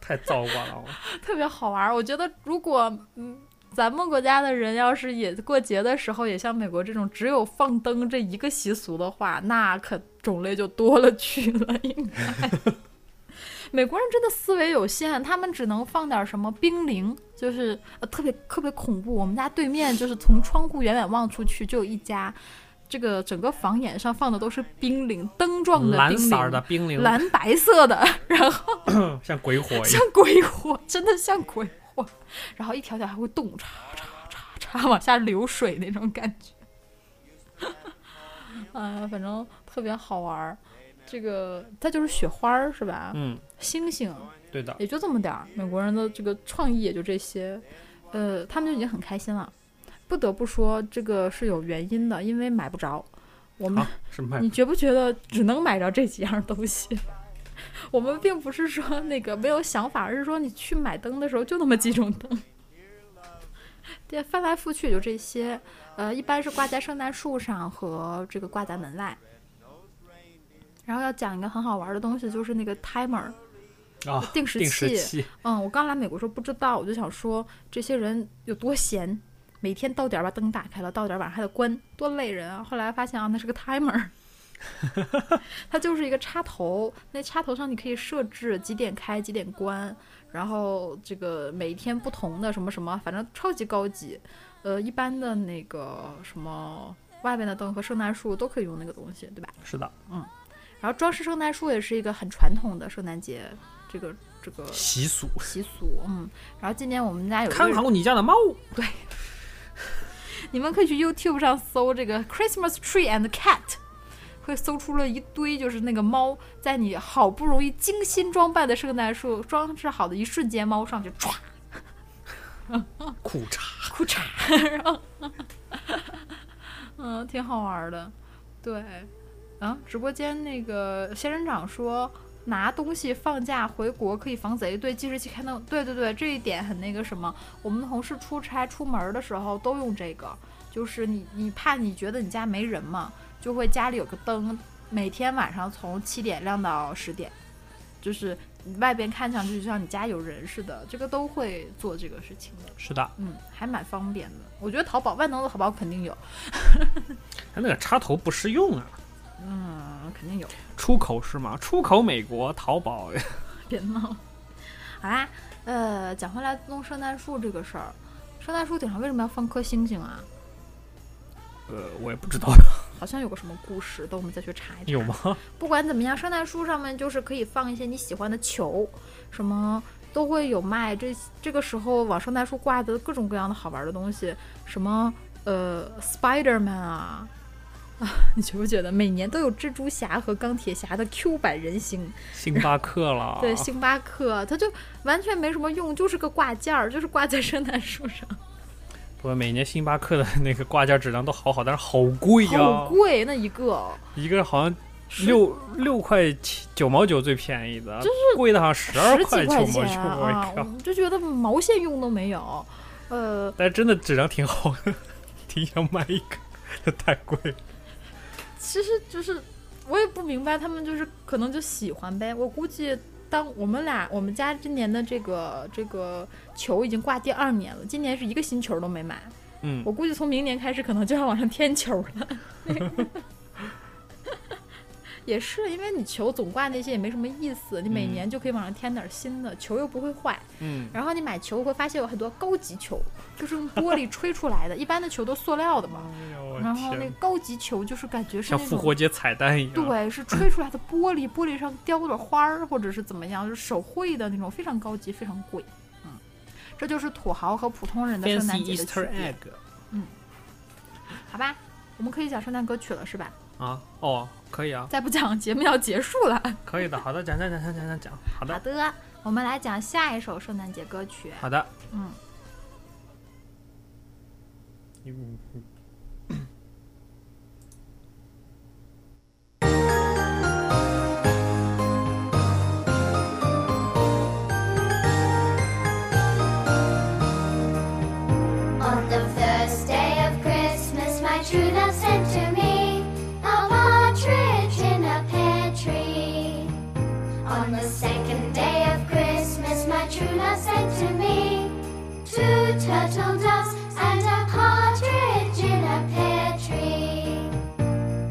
太糟糕了。 特别好玩儿。我觉得如果嗯。咱们国家的人要是也过节的时候也像美国这种只有放灯这一个习俗的话，那可种类就多了去了。应该， 美国人真的思维有限，他们只能放点什么冰凌，就是呃特别特别恐怖。我们家对面就是从窗户远远望出去就有一家，这个整个房檐上放的都是冰凌，灯状的蓝冰色儿凌，的哎冰凌，蓝白色的，然后。 像鬼火一 像样。鬼火，真的像鬼火， 然后一条条还会动，嚓嚓嚓嚓往下流水那种感觉。 哎呀，反正特别好玩儿。这个它就是雪花儿是吧？嗯，星星对嗯的，也就这么点儿，美国人的这个创意也就这些，呃，他们就已经很开心了。不得不说这个是有原因的，因为买不着。我们、啊，是卖你觉不觉得只能买着这几样东西？我们并不是说那个没有想法，而是说你去买灯的时候就那么几种灯，对，翻来覆去就这些。呃，一般是挂在圣诞树上和这个挂在门外。然后要讲一个很好玩的东西，就是那个 timer，啊，定时定时器器嗯，我刚来美国时候不知道，我就想说这些人有多闲，每天到点儿把灯打开了，到点儿晚上还得关，多累人啊！后来发现啊，那是个 timer，它就是一个插头，那插头上你可以设置几点开几点关，然后这个每天不同的什么什么，反正超级高级。呃，一般的那个什么外面的灯和圣诞树都可以用那个东西，对吧？是的，然后装饰圣诞树也是一个很传统的圣诞节这个这个习俗。习俗，嗯。然后今年我们家有一看个，好你家的猫， 你们可以去 YouTube 上搜这个 Christmas Tree and Cat，会搜出了一堆就是那个猫在你好不容易精心装扮的圣诞树装饰好的一瞬间，猫上去唰裤衩裤衩，然后 嗯，挺好玩的，对。啊，直播间那个仙人掌说拿东西放假回国可以防贼，对，计时器开灯，对对对，这一点很那个什么。我们同事出差出门的时候都用这个，就是你你怕你觉得你家没人嘛，就会家里有个灯，每天晚上从七点亮到十点，就是外边看上去就像你家有人似的，这个都会做这个事情的，是的，嗯，还蛮方便的。我觉得淘宝万能的淘宝肯定有，它那个插头不适用啊。嗯，肯定有。出口是吗？出口美国淘宝 别闹。好啦，呃，讲回来弄圣诞树这个事儿，圣诞树顶上为什么要放颗星星啊？呃，我也不知道好像有个什么故事，等我们再去查一查。有吗？ 不管怎么样，圣诞树上面就是可以放一些你喜欢的球，什么都会有卖。这这个时候往圣诞树挂的各种各样的好玩的东西，什么呃 Spider Man 啊。 啊，你觉不觉得每年都有蜘蛛侠和钢铁侠的 Q 版人形？星巴克了， 啊对，星巴克，啊它就完全没什么用，就是个挂件儿，就是挂在圣诞树上，不过每年星巴克的那个挂件质量都好好，但是好贵哎呀、啊好贵那一个，一个好像六六块七九毛九最便宜的，就是 贵的好像十二十几九毛九，钱 我啊！我靠！们就觉得毛线用都没有，呃，但真的质量挺好的，挺想买一个，这太贵了。其实就是我也不明白，他们就是可能就喜欢呗。我估计当我们俩我们家今年的这个这个球已经挂第二年了，今年是一个新球都没买，嗯我估计从明年开始可能就要往上添球了。 也是，因为你球总挂那些也没什么意思，你每嗯年就可以往上添点新的，球又不会坏。嗯，然后你买球会发现有很多高级球，就是用玻璃吹出来的，一般的球都塑料的嘛。哎呦我然后那天个，高级球就是感觉是像那复种活节彩蛋一样。，对，是吹出来的玻璃，玻璃上雕的花儿或者是怎么样，就是手绘的那种，非常高级，非常贵。嗯，这就是土豪和普通人的圣诞 Fancy 节的区 Easter 别 egg，好吧？我们可以讲圣诞歌曲了，是吧？啊，哦，可以啊，再不讲，节目要结束了。可以的，好的，讲讲讲讲讲讲讲，好的，好的，我们来讲下一首圣诞节歌曲。好的，嗯，嗯， On the first day of Christmas, my true love sent to me a partridge in a pear tree. On the second day of Christmas, my true love sent to me two turtle doves and a partridge in a pear tree.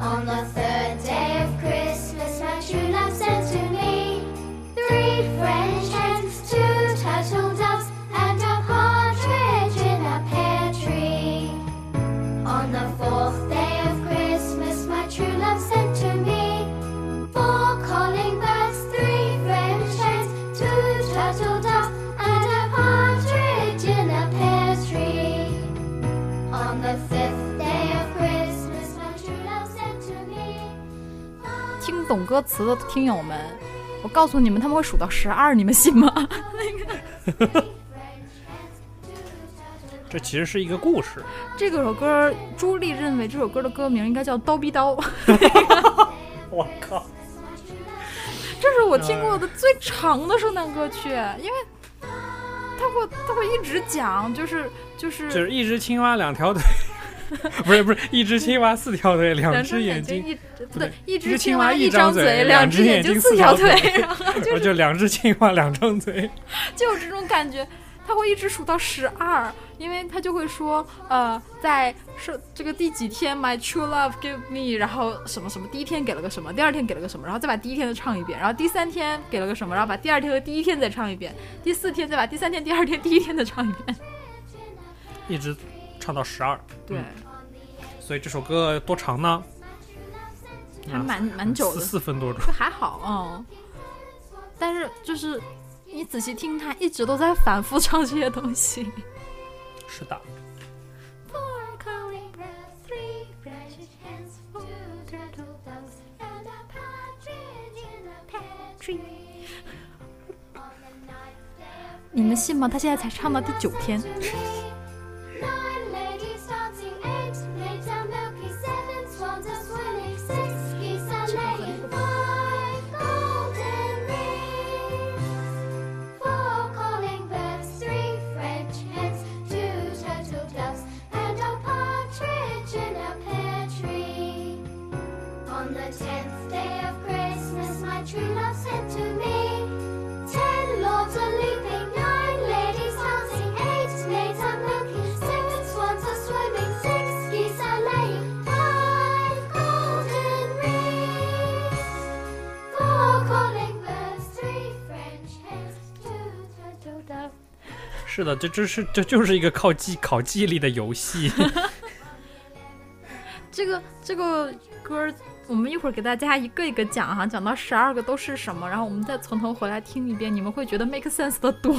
On the third day of Christmas, my true love sent to me three French hens, two turtle doves, and a partridge in a pear tree. On the fourth day of Christmas, my true love sent to me four calling birds, three French hens, two turtle doves, and a partridge in a pear tree. On the fifth day of Christmas, my true love sent to me. 听懂歌词的听友们，我告诉你们，他们会数到十二，你们信吗？ French hens, two turtle doves. 这其实是一个故事，这个首歌，朱莉认为这首歌的歌名应该叫《刀逼刀》， 我靠，这是我听过的最长的圣诞歌曲，因为他会他会一直讲，就是就是就是一只青蛙两条腿， 不是不是，一只青蛙四条腿，两只眼睛，一不不对对，一一只只青青蛙蛙一张张嘴两两只只眼睛睛四四条条腿 然后就我是就两只青蛙两张嘴，就有这种感觉。他会一直数到十二，因为他就会说，呃，在是这个第几天，my true love give me，然后什么什么，第一天给了个什么，第二天给了个什么，然后再把第一天的唱一遍，然后第三天给了个什么，然后把第二天和第一天再唱一遍，第四天再把第三天、第二天、第一天再唱一遍。一直唱到十二，对，所以这首歌多长呢？啊还蛮蛮久四的，四分多钟。就还好，嗯。但是就是你仔细听，他一直都在反复唱这些东西。是的， Four calling birds, three branches, hens, four turtle doves, and a partridge in a pear tree. On the ninth day of 你们信吗？他现在才唱到第九天。 Nine ladies dancing, eight maids are milking, seven swans are swimming, six geese are laying, five golden rings, four calling birds, three French hens, two turtle doves, and a partridge in a pear tree. On the tenth day of Christmas, my true love said to me. Ten lords are leaping, nine ladies dancing, eight maids are milking, seven swans are swimming, six geese are laying, five golden rings, four calling birds, three French hens, two turtle doves. 是的，这这是这就是一个靠记考记忆力的游 戏。这个这个歌儿，我们一会儿给大家一个一个讲哈、讲到十二个都是什么，然后我们再从头回来听一遍，你们会觉得 make sense 的多。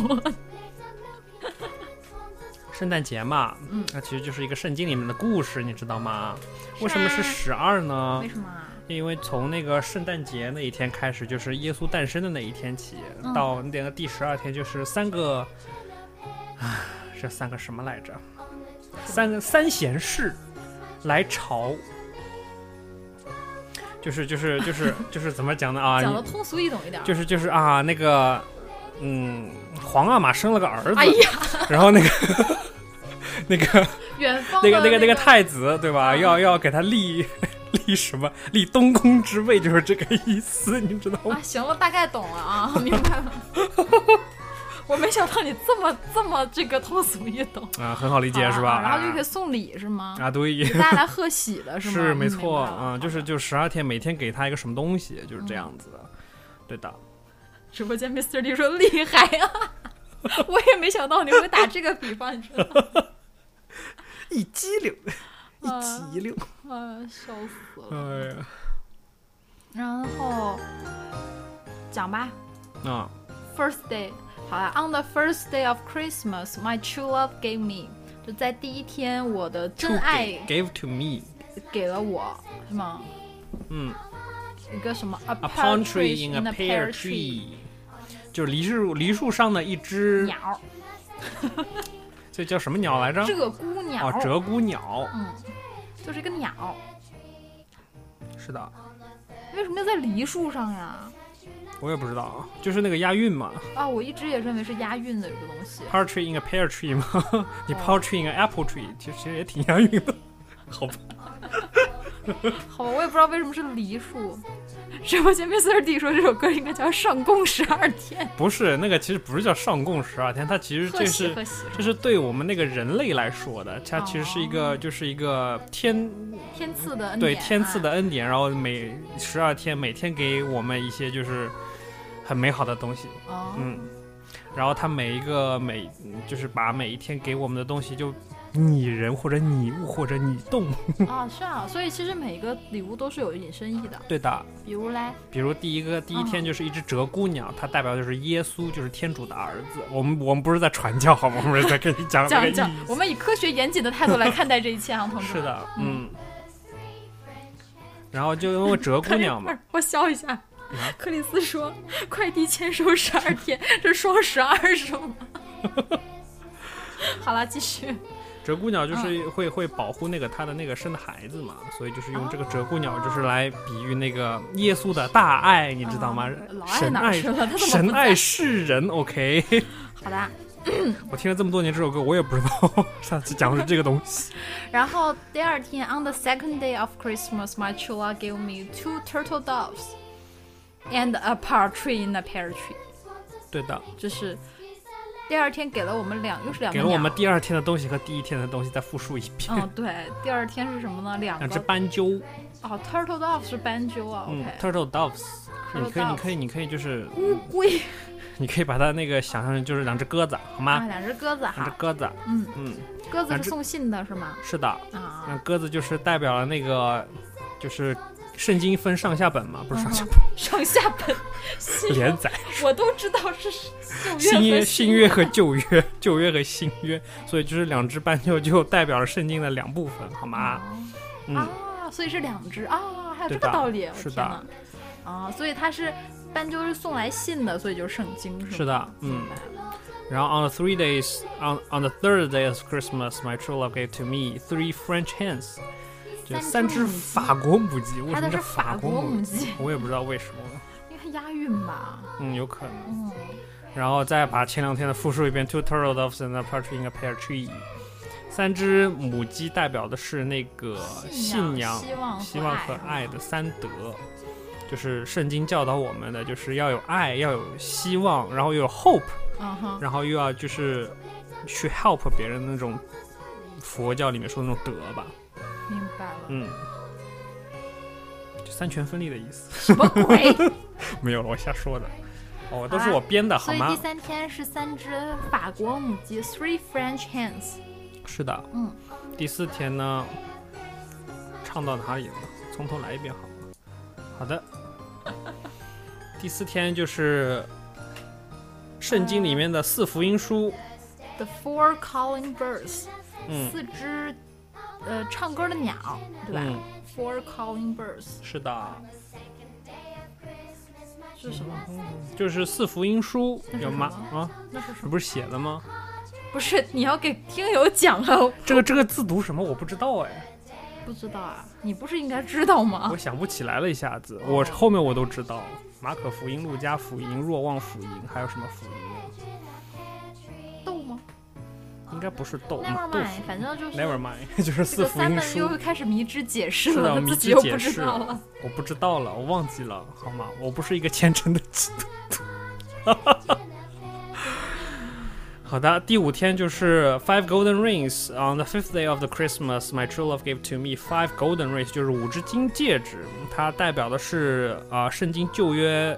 圣诞节嘛，嗯，那其实就是一个圣经里面的故事，你知道吗？啊为什么是十二呢？什么啊？因为从那个圣诞节那一天开始，就是耶稣诞生的那一天起，嗯到那个第十二天，就是三个，啊，这三个什么来着？三个三贤士来朝，就是就是就是 就是怎么讲呢啊？ 讲的通俗易懂一点儿。就是就是啊，那个，嗯，皇阿玛生了个儿子，哎呀，然后那个 那个远方的那个那个那那嗯个太子对吧？要要给他立 立什么立东宫之位，就是这个意思，你知道吗？啊，行了，大概懂了啊， 明白了。我没想到你这么这么这个通俗易懂，啊，很好理解是吧？啊然后就给啊送礼是吗？啊，对，给大家来贺喜的是吗？是没嗯错明白了啊，就是就十二天，每天给他一个什么东西，就是这样子的，对的。直播间 Mr. D 说厉害啊，我也没想到你会打这个比方，你知道吗？一激灵，一嗯激灵，啊，笑死了。哎呀，然后讲吧啊， ，First day，好了，On the first day of Christmas, my true love gave me，就在第一天，我的真爱 g a v e to me 给了我，是吗？嗯，一个什么 a a palm tree partridge in a pear pear tree， tree，就是梨树梨树上的一只，鸟，这叫什么鸟来着？鹧鸪鸟嗯啊，，鹧鸪鸟，就是一个鸟，是的，为什么要在梨树上啊？我也不知道，啊，就是那个押韵嘛啊，我一直也认为是押韵的这个东西。 ，pear tree in a pear tree 嘛， 你哦 pear tree in a apple tree，其实其实也挺押韵 的，好吧？好吧，我也不知道为什么是梨树。直播间 Mr. D 说这首歌应该叫《上供十二天不是，那个其实不是叫上供十二天，它其实》，贺这喜是贺喜，这是对我们那个人类来说的，它其实是一个就是一个天天赐的恩典，啊对天赐的恩典，然后每十二天每天给我们一些就是很美好的东西，啊，嗯，然后他每一个每就是把每一天给我们的东西就拟人或者拟物或者拟动，哦啊是啊，所以其实每个礼物都是有引申意的，对的。比如嘞，比如第一个第一天哦就是一只鹧鸪鸟，它代表就是耶稣，就是天主的儿 子。我们我们不是在传教好吗？我们是在跟你讲这讲个一意讲，思。我们以科学严谨的态度来看待这一切啊，同志。是，的，嗯。然后就因为鹧鸪鸟 嘛，我笑一下。嗯克里斯说：“快递签收十 二天，这双十二是吗？”好了，继续。鹧鸪鸟嗯就是会会保护那个它的那个生的孩子嘛，所以就是用这个鹧鸪鸟就是来比喻那个耶稣的大爱，你知道吗啊？老爱神哪儿爱去了他怎 么不神在爱世人，OK。 好的。啊我听了这么多年这首歌，我也不知道 上次讲的是这个东西。然后第二天，on the second day of Christmas, my chula gave me two turtle doves and a partridge in a pear tree。对的，就是第二天给了我们两，又是两个给了我们鸟第二天的东西和第一天的东西再复述一遍。 嗯，对，第二天是什么呢？两两只个斑鸠，哦，turtle doves 是斑鸠啊嗯，OK，嗯，turtle doves，你可以，你可以，你可以就是，乌龟你可以把它那个想象成就是两只鸽子，好啊，吗？两只鸽子两只哈，鸽子，嗯，嗯，鸽子两是只送信的是吗？是的，那啊，鸽子就是代表了那个，就是圣经分上下本嘛，不是上下本，上下本，信连载， 我都知道是旧新约约、和新约和旧约，旧约和新约，所以就是两只斑鸠就代表了圣经的两部分，好吗？嗯，啊，所以是两只啊，还有这对个的道理，我是天的呐。啊，所以它是斑鸠是送来信的，所以就是圣经是吗？是的，嗯明白。然后 on the three days on on the third day of Christmas, my true love gave to me three French hens，就三三只只母鸡法国母鸡。为它什么的是叫法法国国母母鸡鸡？我也不知道为什么，因为押韵吧。嗯，有可能。嗯，然后再把前两天的复述一遍：two turtle doves and a partridge in a pear tree。三只母鸡代表的是那个信信仰仰、希望和希望和爱的三德，就是圣经教导我们的，就是要有爱，要有希望，然后又有 hope，嗯哼，然后又要就是去 help 别人的那种佛教里面说的那种德吧，明白了。嗯，就三权分立的意思。什么鬼？ 没有了，我瞎说的。哦，都好是啦我编的，好所以吗第？三天是三只法国母鸡，three French hens。是的，嗯。第四天呢，唱到哪里了？从头来一遍好吗？好的。 第四天就是圣经里面的四福音书，嗯 The four calling birds，、嗯四只呃唱歌的鸟，对吧、嗯 f o u r calling birds 是的，是什么？就是四福音书那是有什吗？么啊，那是什这么？啊不是写的吗？不是，你要给听友讲啊，这个这个字读什么？我不知道哎，不知道啊，你不是应该知道吗我？想不起来了，一下子，哦我后面我都知道。马可福音、路加福音、若望福音，还有什么福音啊？逗吗应该不是豆？Never 豆 mind，腐。反正就是 Never mind，就是 这四个福三音们书又。开始迷之解释是了，的，他迷自己之又不解知释道了。，我不知道了，我忘记了，好吗？我不是一个虔诚的基督徒。 好的，第五天就是 Five Golden Rings。On the fifth day of the Christmas, my true love gave to me five golden rings，就是五只金戒指，它代表的是啊、呃圣经旧约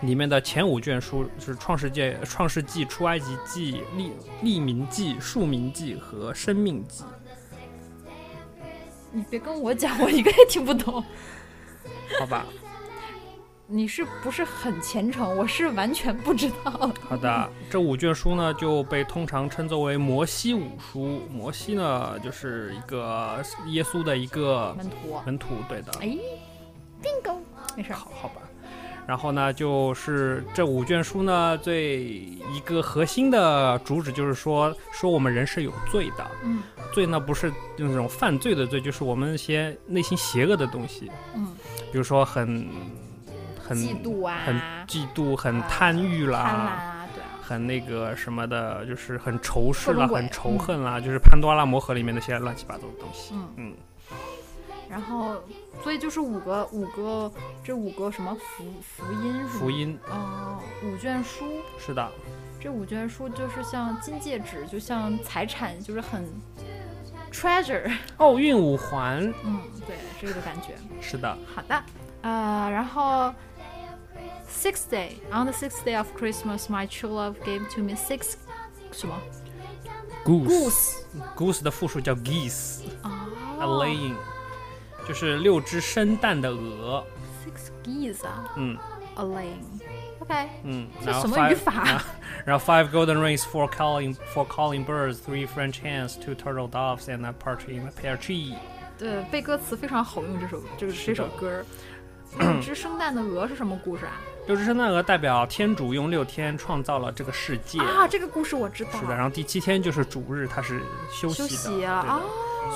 里面的前五卷书，就是创世界、创世纪、出埃及记、利利民记、庶民记和生命记。你别跟我讲，我一个也听不懂。好吧，你是不是很虔诚？我是完全不知道。好的，这五卷书呢就被通常称作为摩西五书。摩西呢就是一个耶稣的一个门徒，门徒，对的，哎，bingo，没事儿。好好吧。然后呢，就是这五卷书呢，最一个核心的主旨就是说，说我们人是有罪的，嗯罪呢不是那种犯罪的罪，就是我们一些内心邪恶的东西，嗯，比如说很很嫉妒啊，很嫉妒、很啊贪欲啦，贪婪啊，对啊，很那个什么的，就是很仇视啦，各种鬼很仇恨啦，就是潘多拉魔盒里面那些乱七八糟的东西。嗯嗯，然后所以就是五个五个这五个什么福福音是吗福，音哦，五卷书，是的，这五卷书就是像金戒指，就像财产，就是很 treasure，奥运五环嗯，对，是这个感觉。是的，好的，呃，然后 sixth day on the sixth day of Christmas, my true love gave to me six 什么 goose goose 的复数叫 geese 啊 laying，就是六只生蛋的鹅。 six geese 啊嗯，a laying。OK，嗯，这然后什么 five, 嗯语法然后 然后 five golden rings, four calling four calling birds, three French hens, two turtle doves, and a partridge in a pear tree。 对，背歌词非常好用这首这个这嗯是的 首歌儿。那只生蛋的鹅是什么故事啊？六只圣诞鹅代表天主用六天创造了这个世界，啊，这个故事我知道。是的，然后第七天就是主日，它是休息啊休的，息对的啊，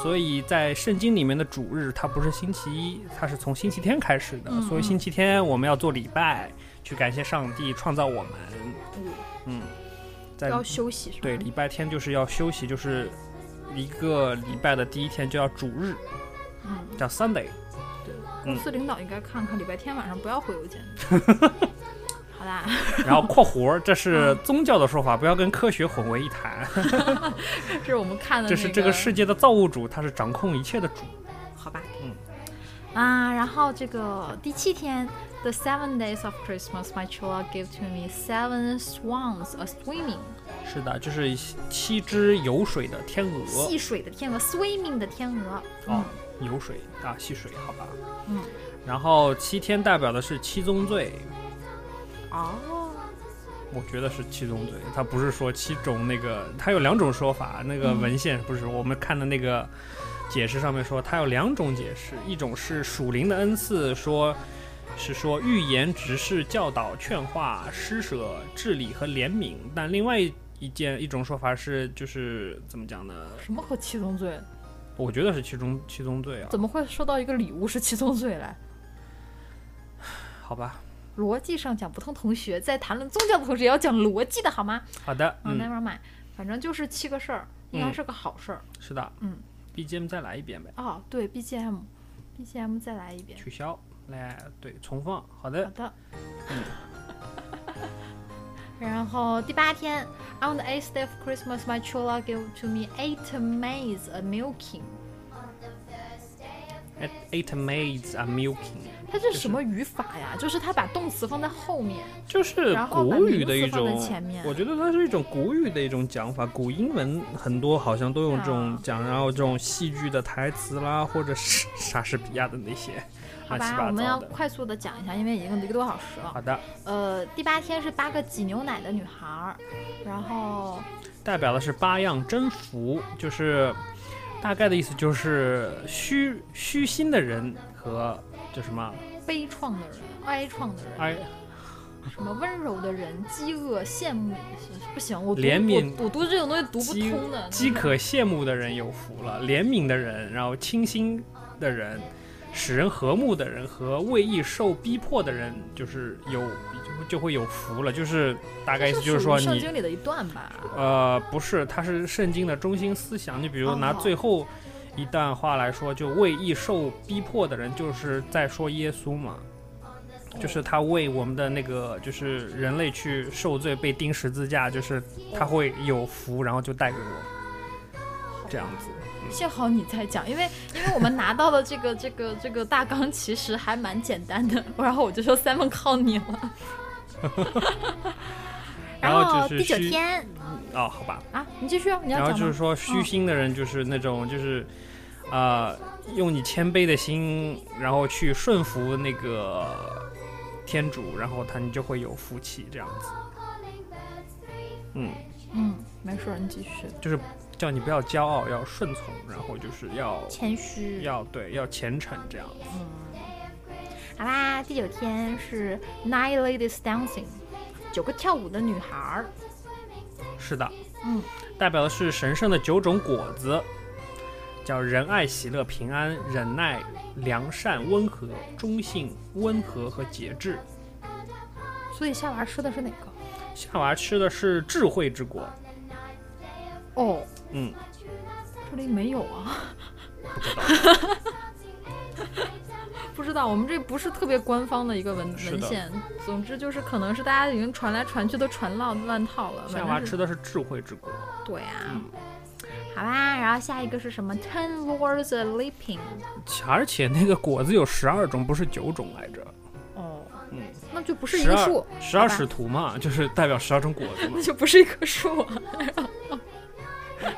所以在圣经里面的主日，它不是星期一，它是从星期天开始的。嗯所以星期天我们要做礼拜，去感谢上帝创造我们。嗯，在要休息是吧？对礼拜天就是要休息，就是一个礼拜的第一天就要主日，嗯，叫 Sunday。嗯公司领导应该看看礼拜天晚上不要 回邮件。好啦， 然后括弧，这是嗯宗教的说法，不要跟科学混为一谈。这是我们看嗯的、那 这是这个世界的造物主，他是掌控一切的主。好吧？嗯。啊，然后这个第七天，The seven days of Christmas, my chula gave to me 嗯 seven swans a swimming，是的，就是七只游水的天鹅戏水的天鹅，swimming 的天鹅。哦，游水啊，戏水，好吧。嗯。然后七天代表的是七宗罪，哦，我觉得是七宗罪，它不是说七种那个，它有两种说法。那嗯个文献、不是我们看的那个解释上面说，它有两种解释，一种是属灵的恩赐，说是说预言、指示、教导、劝化、施舍、治理和怜悯，但另外一件一种说法是，就是怎么讲呢？什么和七宗罪？我觉得是七宗七宗罪啊，怎么会收到一个礼物是七宗罪来？好吧，逻辑上讲不通，同学在谈论宗教的同时也要讲逻辑的好吗？好的，嗯、n 嗯，e v e r mind，反正就是七个事儿，应该是个好事儿。是的，嗯，BGM 再来一遍呗，哦，对，BGM，BGM 再来一遍。取消，来，对，重放，好好的，的。嗯 然后第八天，On the eighth day of Christmas, my chula gave to me eight maids a milking。 At eight maids are milking。它这是什么语法呀？就是它把动词放在后面。就是古语的一然后把种名字放在前面，我觉得它是一种古语的一种讲法。古英文很多好像都用这种啊讲，然后这种戏剧的台词啦，或者是莎士比亚的那些好乱七吧，八我们要糟的。快速的讲一下，因为已经一个多小时了好。的，呃，第八天是八个挤牛奶的女孩儿，然后代表的是八样征服，就是大概的意思就是虚虚心的人和这什么哎悲怆的人、哀怆的人、哀什么温柔的人、饥饿、羡慕，不行，我读怜悯我，我读这种东西读不饥通的。饥渴羡慕的人有福了，怜悯的人，然后清心的人，使人和睦的人和为义受逼迫的人，就是有就就会有福了。就是大概意思就是说这属于圣你经里的一段吧。呃不是，它是圣经的中心思想。你比如拿哦最后一段话来说，就为义受逼迫的人，就是在说耶稣嘛。就是他为我们的那个，就是人类去受罪被钉十字架，就是他会有福，然后就带给我们这样子。幸好你在讲，因为因为我们拿到的这个这个这个大纲其实还蛮简单的， 然后我就说 Simon 靠你了。然后后就是第九虚天哦，好吧。啊，你继续，你然要讲后吗嗯就是说，虚心的人就是那种就是，呃，用你谦卑的心，然后去顺服那个天主，然后他你就会有福气这样子。嗯，嗯，没事儿，你继续。就是叫你不要骄傲，要顺从，然后就是要谦虚。要对要虔诚这样。好啦，第九天是 Nine Ladies Dancing，九个跳舞的女孩儿。是的，嗯，代表的是神圣的九种果子，叫仁爱、喜乐、平安、忍耐、良善、温和、忠信、温和和节制。所以夏娃吃的是哪个？夏娃吃的是智慧之果，哦，嗯，这里没有啊。 不知道，我们这不是特别官方的一个文是文的献。总之就是，可能是大家已经传来传去都传烂乱套了。夏反娃吃正嗯是的是智慧之果。对啊。好啦，然后下一个是什么？Ten Lords a Leaping。而且那个果子有十二种，不是九种来着。哦，嗯，那就不是一十个二数，十二好吧使徒嘛，就是代表十二种果子嘛那，就不是一棵树啊。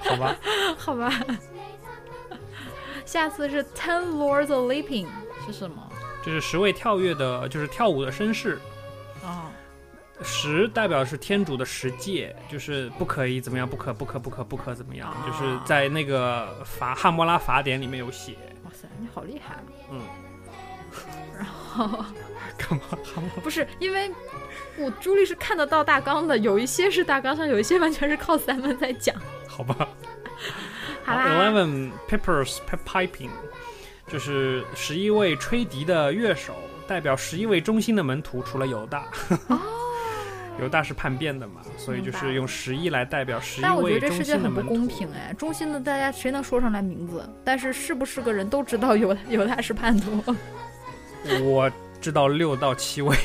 好吧？好 吧。下次是 Ten Lords of Leaping 是什么？就是十位跳跃的，就是跳舞的绅士。啊、十代表是天主的十戒，就是不可以怎么样，不可不可不可不可怎么样，啊就是在那个法汉谟拉法典里面有写。啊 哇塞，你好厉害！嗯，干嘛喊我？不是因为我朱莉是看得到大纲的，有一些是大纲上，有一些完全是靠咱们在讲。好吧啊好啦， ，Eleven Peppers Pe- Piping，就是十一位吹笛的乐手，代表十一位中心的门徒，除了犹大。哦 犹大是叛变的嘛，所以就明白是用十一来代表十一但我觉位得这中世心的界很不门徒。公平哎，中心的大家谁能说上来名字？但是是不是个人都知道有有他是叛徒？我知道六到七位，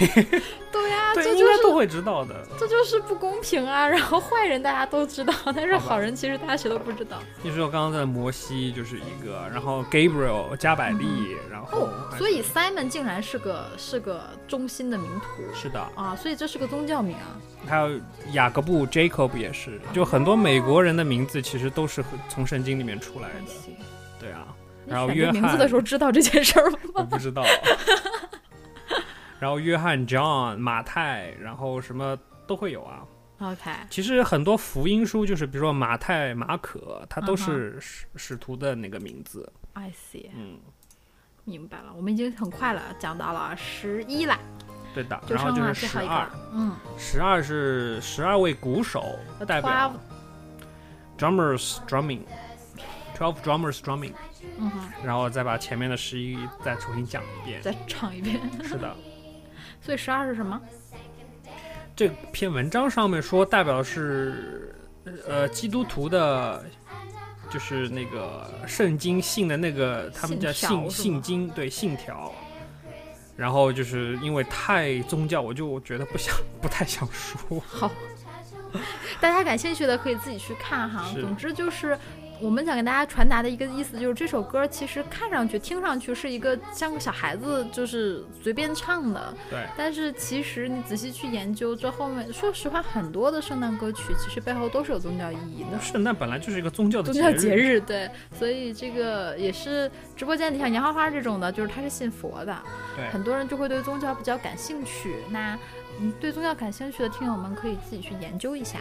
对呀、对，这应就该都是会知道的。这就是不公平啊！然后坏人大家都知道，但是好吧好人其实大家谁都不知道。你说刚刚在摩西就是一个，然后 Gabriel 加百利，然后哦，还所以是 Simon 竟然是个是个中心的名徒是的，啊，所以这是个宗教名啊。还有雅各布 Jacob 也是，就很多美国人的名字其实都是很从圣经里面出来的，对啊。然后选约这翰名字的时候知道这件事儿吗？我不知道。 然后约翰 John 马太，然后什么都会有啊。 OK，其实很多福音书就是，比如说马太、马可，它嗯都是使使徒的那个名字。 I see，嗯，明白了。我们已经很快了，讲到了十一啦，对的。就然后剩就了是最十后一二个，，嗯呃十二是十二位鼓手，代表 twelve drummers drumming。Twelve drummers drumming，嗯哼，然后再把前面的十一再重新讲一遍。再唱一遍。 是的，所以十二是什么？这篇文章上面说代表的是呃基督徒的，就是那个圣经信的那个，他们叫信信条是吗信经，对信条。然后就是因为太宗教，我就觉得不想不太想说。好，大家感兴趣的可以自己去看哈。是总之就是。我们想给大家传达的一个意思就是，这首歌其实看上去、听上去是一个像个小孩子就是随便唱的，对，但是其实你仔细去研究，这后面说实话，很多的圣诞歌曲其实背后都是有宗教意义的。圣诞本来就是一个宗教的宗教节节，日，对，所以这个也是直播间里像杨花花这种的，就是他是信佛的，对很多人就会对宗教比较感兴趣。那嗯，对宗教感兴趣的听友们可以自己去研究一下，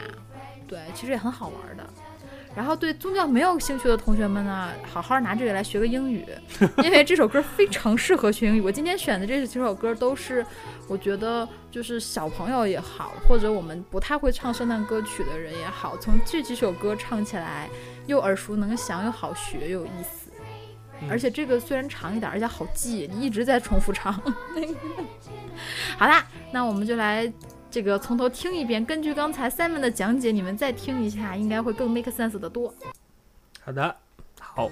对，其实也很好玩的。然后对宗教没有兴趣的同学们呢，好好拿这个来学个英语，因为这首歌非常适合学英语。我今天选的这几首歌都是我觉得就是小朋友也好，或者我们不太会唱圣诞歌曲的人也好，从这几首歌唱起来又耳熟能详，又好学，又有意思。嗯而且这个虽然长一点，而且好记，你一直在重复唱。 好啦，那我们就来这个从头听一遍，根据刚才 Simon 的讲解，你们再听一下，应该会更 make sense 的多。好的，好。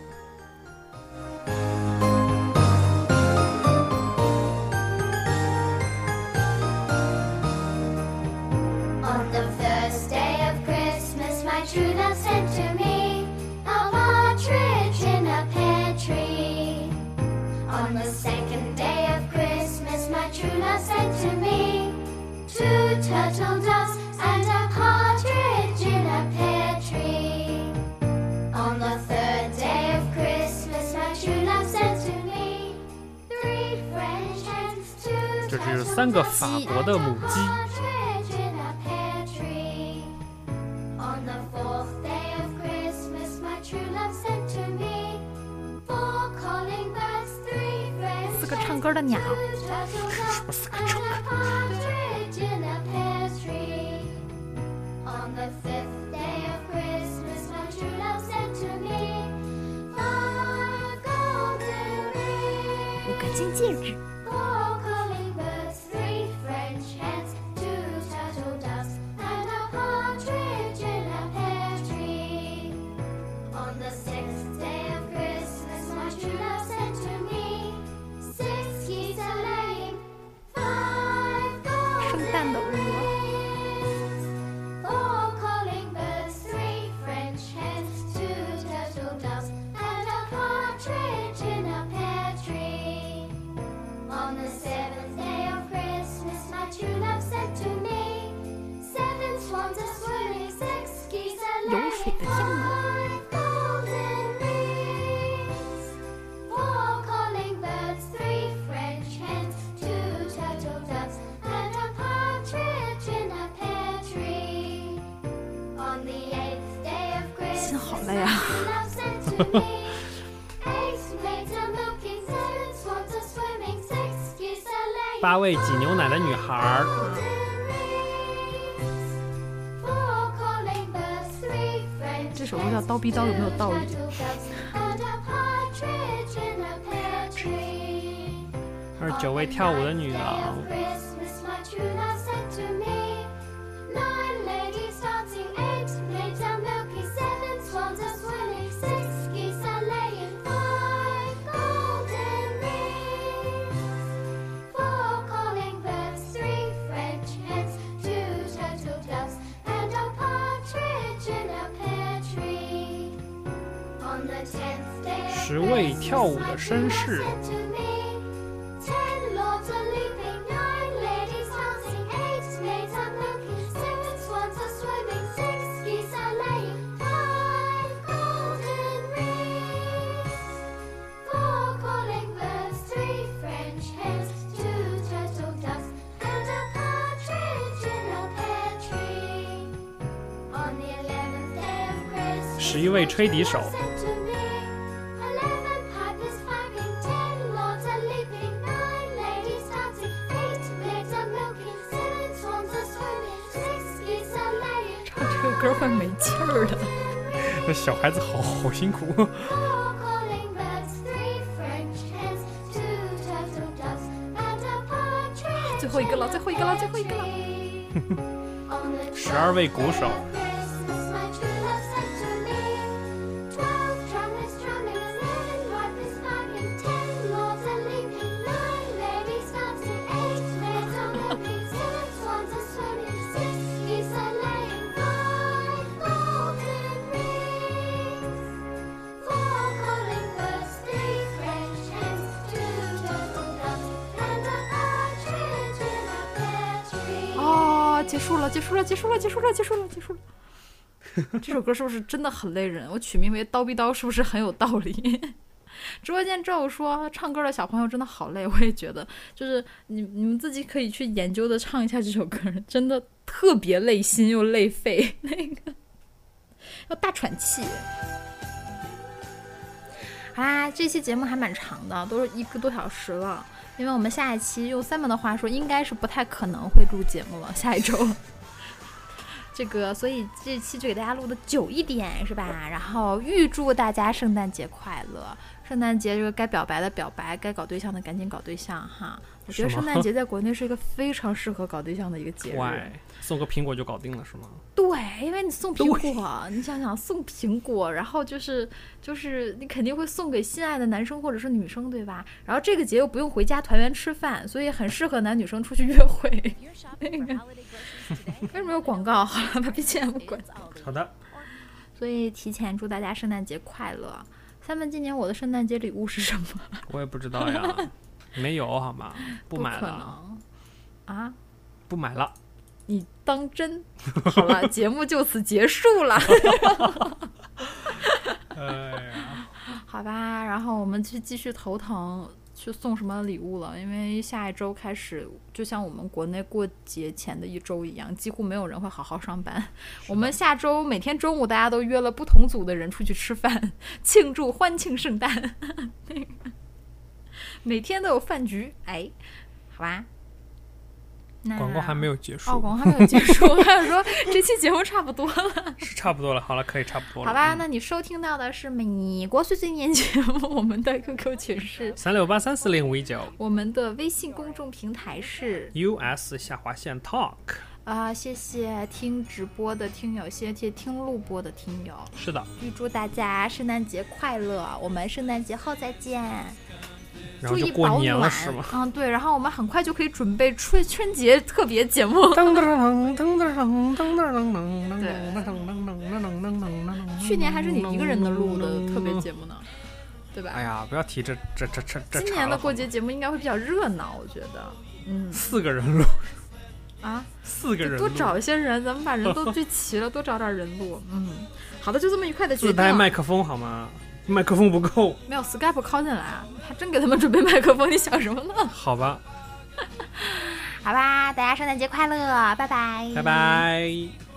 On the first day of Christmas, my true love sent to me a partridge in a pear tree. On the second day of Christmas, my true love sent to me two turtle doves and a partridge in a pear tree. On the third day of Christmas, my true love sent to me three French hens, two 这就是 turtle 三个 doves 法国的母鸡， Partridge in a pear tree. On the fourth day of Christmas, my true love sent to me four calling birds, three friends, 四个唱歌的鸟 two，turtle doves, and a partridge in a pear tree. On the fifth day of Christmas, my true love sent to me five golden rings. 五个金戒指。 Four calling birds, three French hens, two turtle doves, and a partridge in a pear tree. On the sixth day of Christmas, my true love sent to me six geese a laying, five golden 圣诞的鹅。 rings. Four calling birds, three French hens, two turtle doves, and a partridge in a pear tree. On the seventh day of Christmas, my true love said to me, Seven swans are swimming, six geese are laying, 有水的天鹅。 five golden rings. Four calling birds, three French hens, two turtle doves, and a partridge in a pear tree. On the eighth day of Christmas, my 心好累啊。 true love said to me. Eight maids are milking, seven swans are swimming, six geese are laying. 八位挤牛奶的女孩儿，这首歌叫《刀逼刀》，有没有道理？二十九位跳舞的女郎，十位跳舞的绅士。十一位吹笛手，唱这个歌会没气儿的。那小孩子好好辛苦。 最后一个了，最后一个了，最后一个了。十二位鼓手，哦，结束了，结束了，结束了，结束了，结束了，结束了。这首歌是不是真的很累人？我取名为《刀逼刀》，是不是很有道理？ 直播间之后说，唱歌的小朋友真的好累，我也觉得，就是你你们自己可以去研究的唱一下这首歌，真的特别累心 又累肺，那个要大喘气。好啦，啊这期节目还蛮长的，都是一个多小时了。因为我们下一期用 Simon 的话说，应该是不太可能会录节目了，下一周。 这个，所以这期就给大家录的久一点，是吧？然后预祝大家圣诞节快乐！圣诞节这个该表白的表白，该搞对象的赶紧搞对象哈。我觉得是吗圣诞节在国内是一个非常适合搞对象的一个节日。喂，送个苹果就搞定了是吗？对，因为你送苹果， 你想想送苹果，然后就是就是你肯定会送给心爱的男生或者是女生，对吧？然后这个节又不用回家团圆吃饭，所以很适合男女生出去约会。 为什么有广告？ 好了，把 BGM 关。好的，所以提前祝大家圣诞节快乐。三问，今年我的圣诞节礼物是什么？我也不知道呀， 没有好吗？不买可了，能啊！不买了。你当真？ 好了，节目就此结束了。哎呀，好吧，然后我们去继续头疼去送什么礼物了，因为下一周开始，就像我们国内过节前的一周一样，几乎没有人会好好上班。我们下周每天中午大家都约了不同组的人出去吃饭，庆祝欢庆圣诞，每天都有饭局。哎，好吧，那广告还没有结束，哦，广告还没有结束，我想说这期节目差不多了。是差不多了。好了，可以差不多了。好吧，嗯那你收听到的是美国碎碎念节目，我们的 QQ 群是，三六八三四零五一九我们的微信公众平台是 US 下划线 Talk。啊、谢谢听直播的听友，谢谢听录播的听友，是的，预祝大家圣诞节快乐，我们圣诞节后再见，然注后就意过保年暖了是吗？？嗯，对，然后我们很快就可以准备春春节特别节目。噔噔噔噔噔噔噔噔噔噔对噔噔噔噔噔噔噔噔。去年还是你一个人的录的特别节目呢，对吧？哎呀，不要提这这这这这茬了。今年的好过吗节节目应该会比较热闹，我觉得。嗯四个人录，啊，四个人多录找一些人，咱们把人都聚齐了，多找点人录。嗯，好的，就这么愉快的决自带定。麦克风好吗？麦克风不够，没有 Skype 靠进来啊，还真给他们准备麦克风，你想什么呢？好吧，好吧，大家圣诞节快乐，拜拜，拜。拜。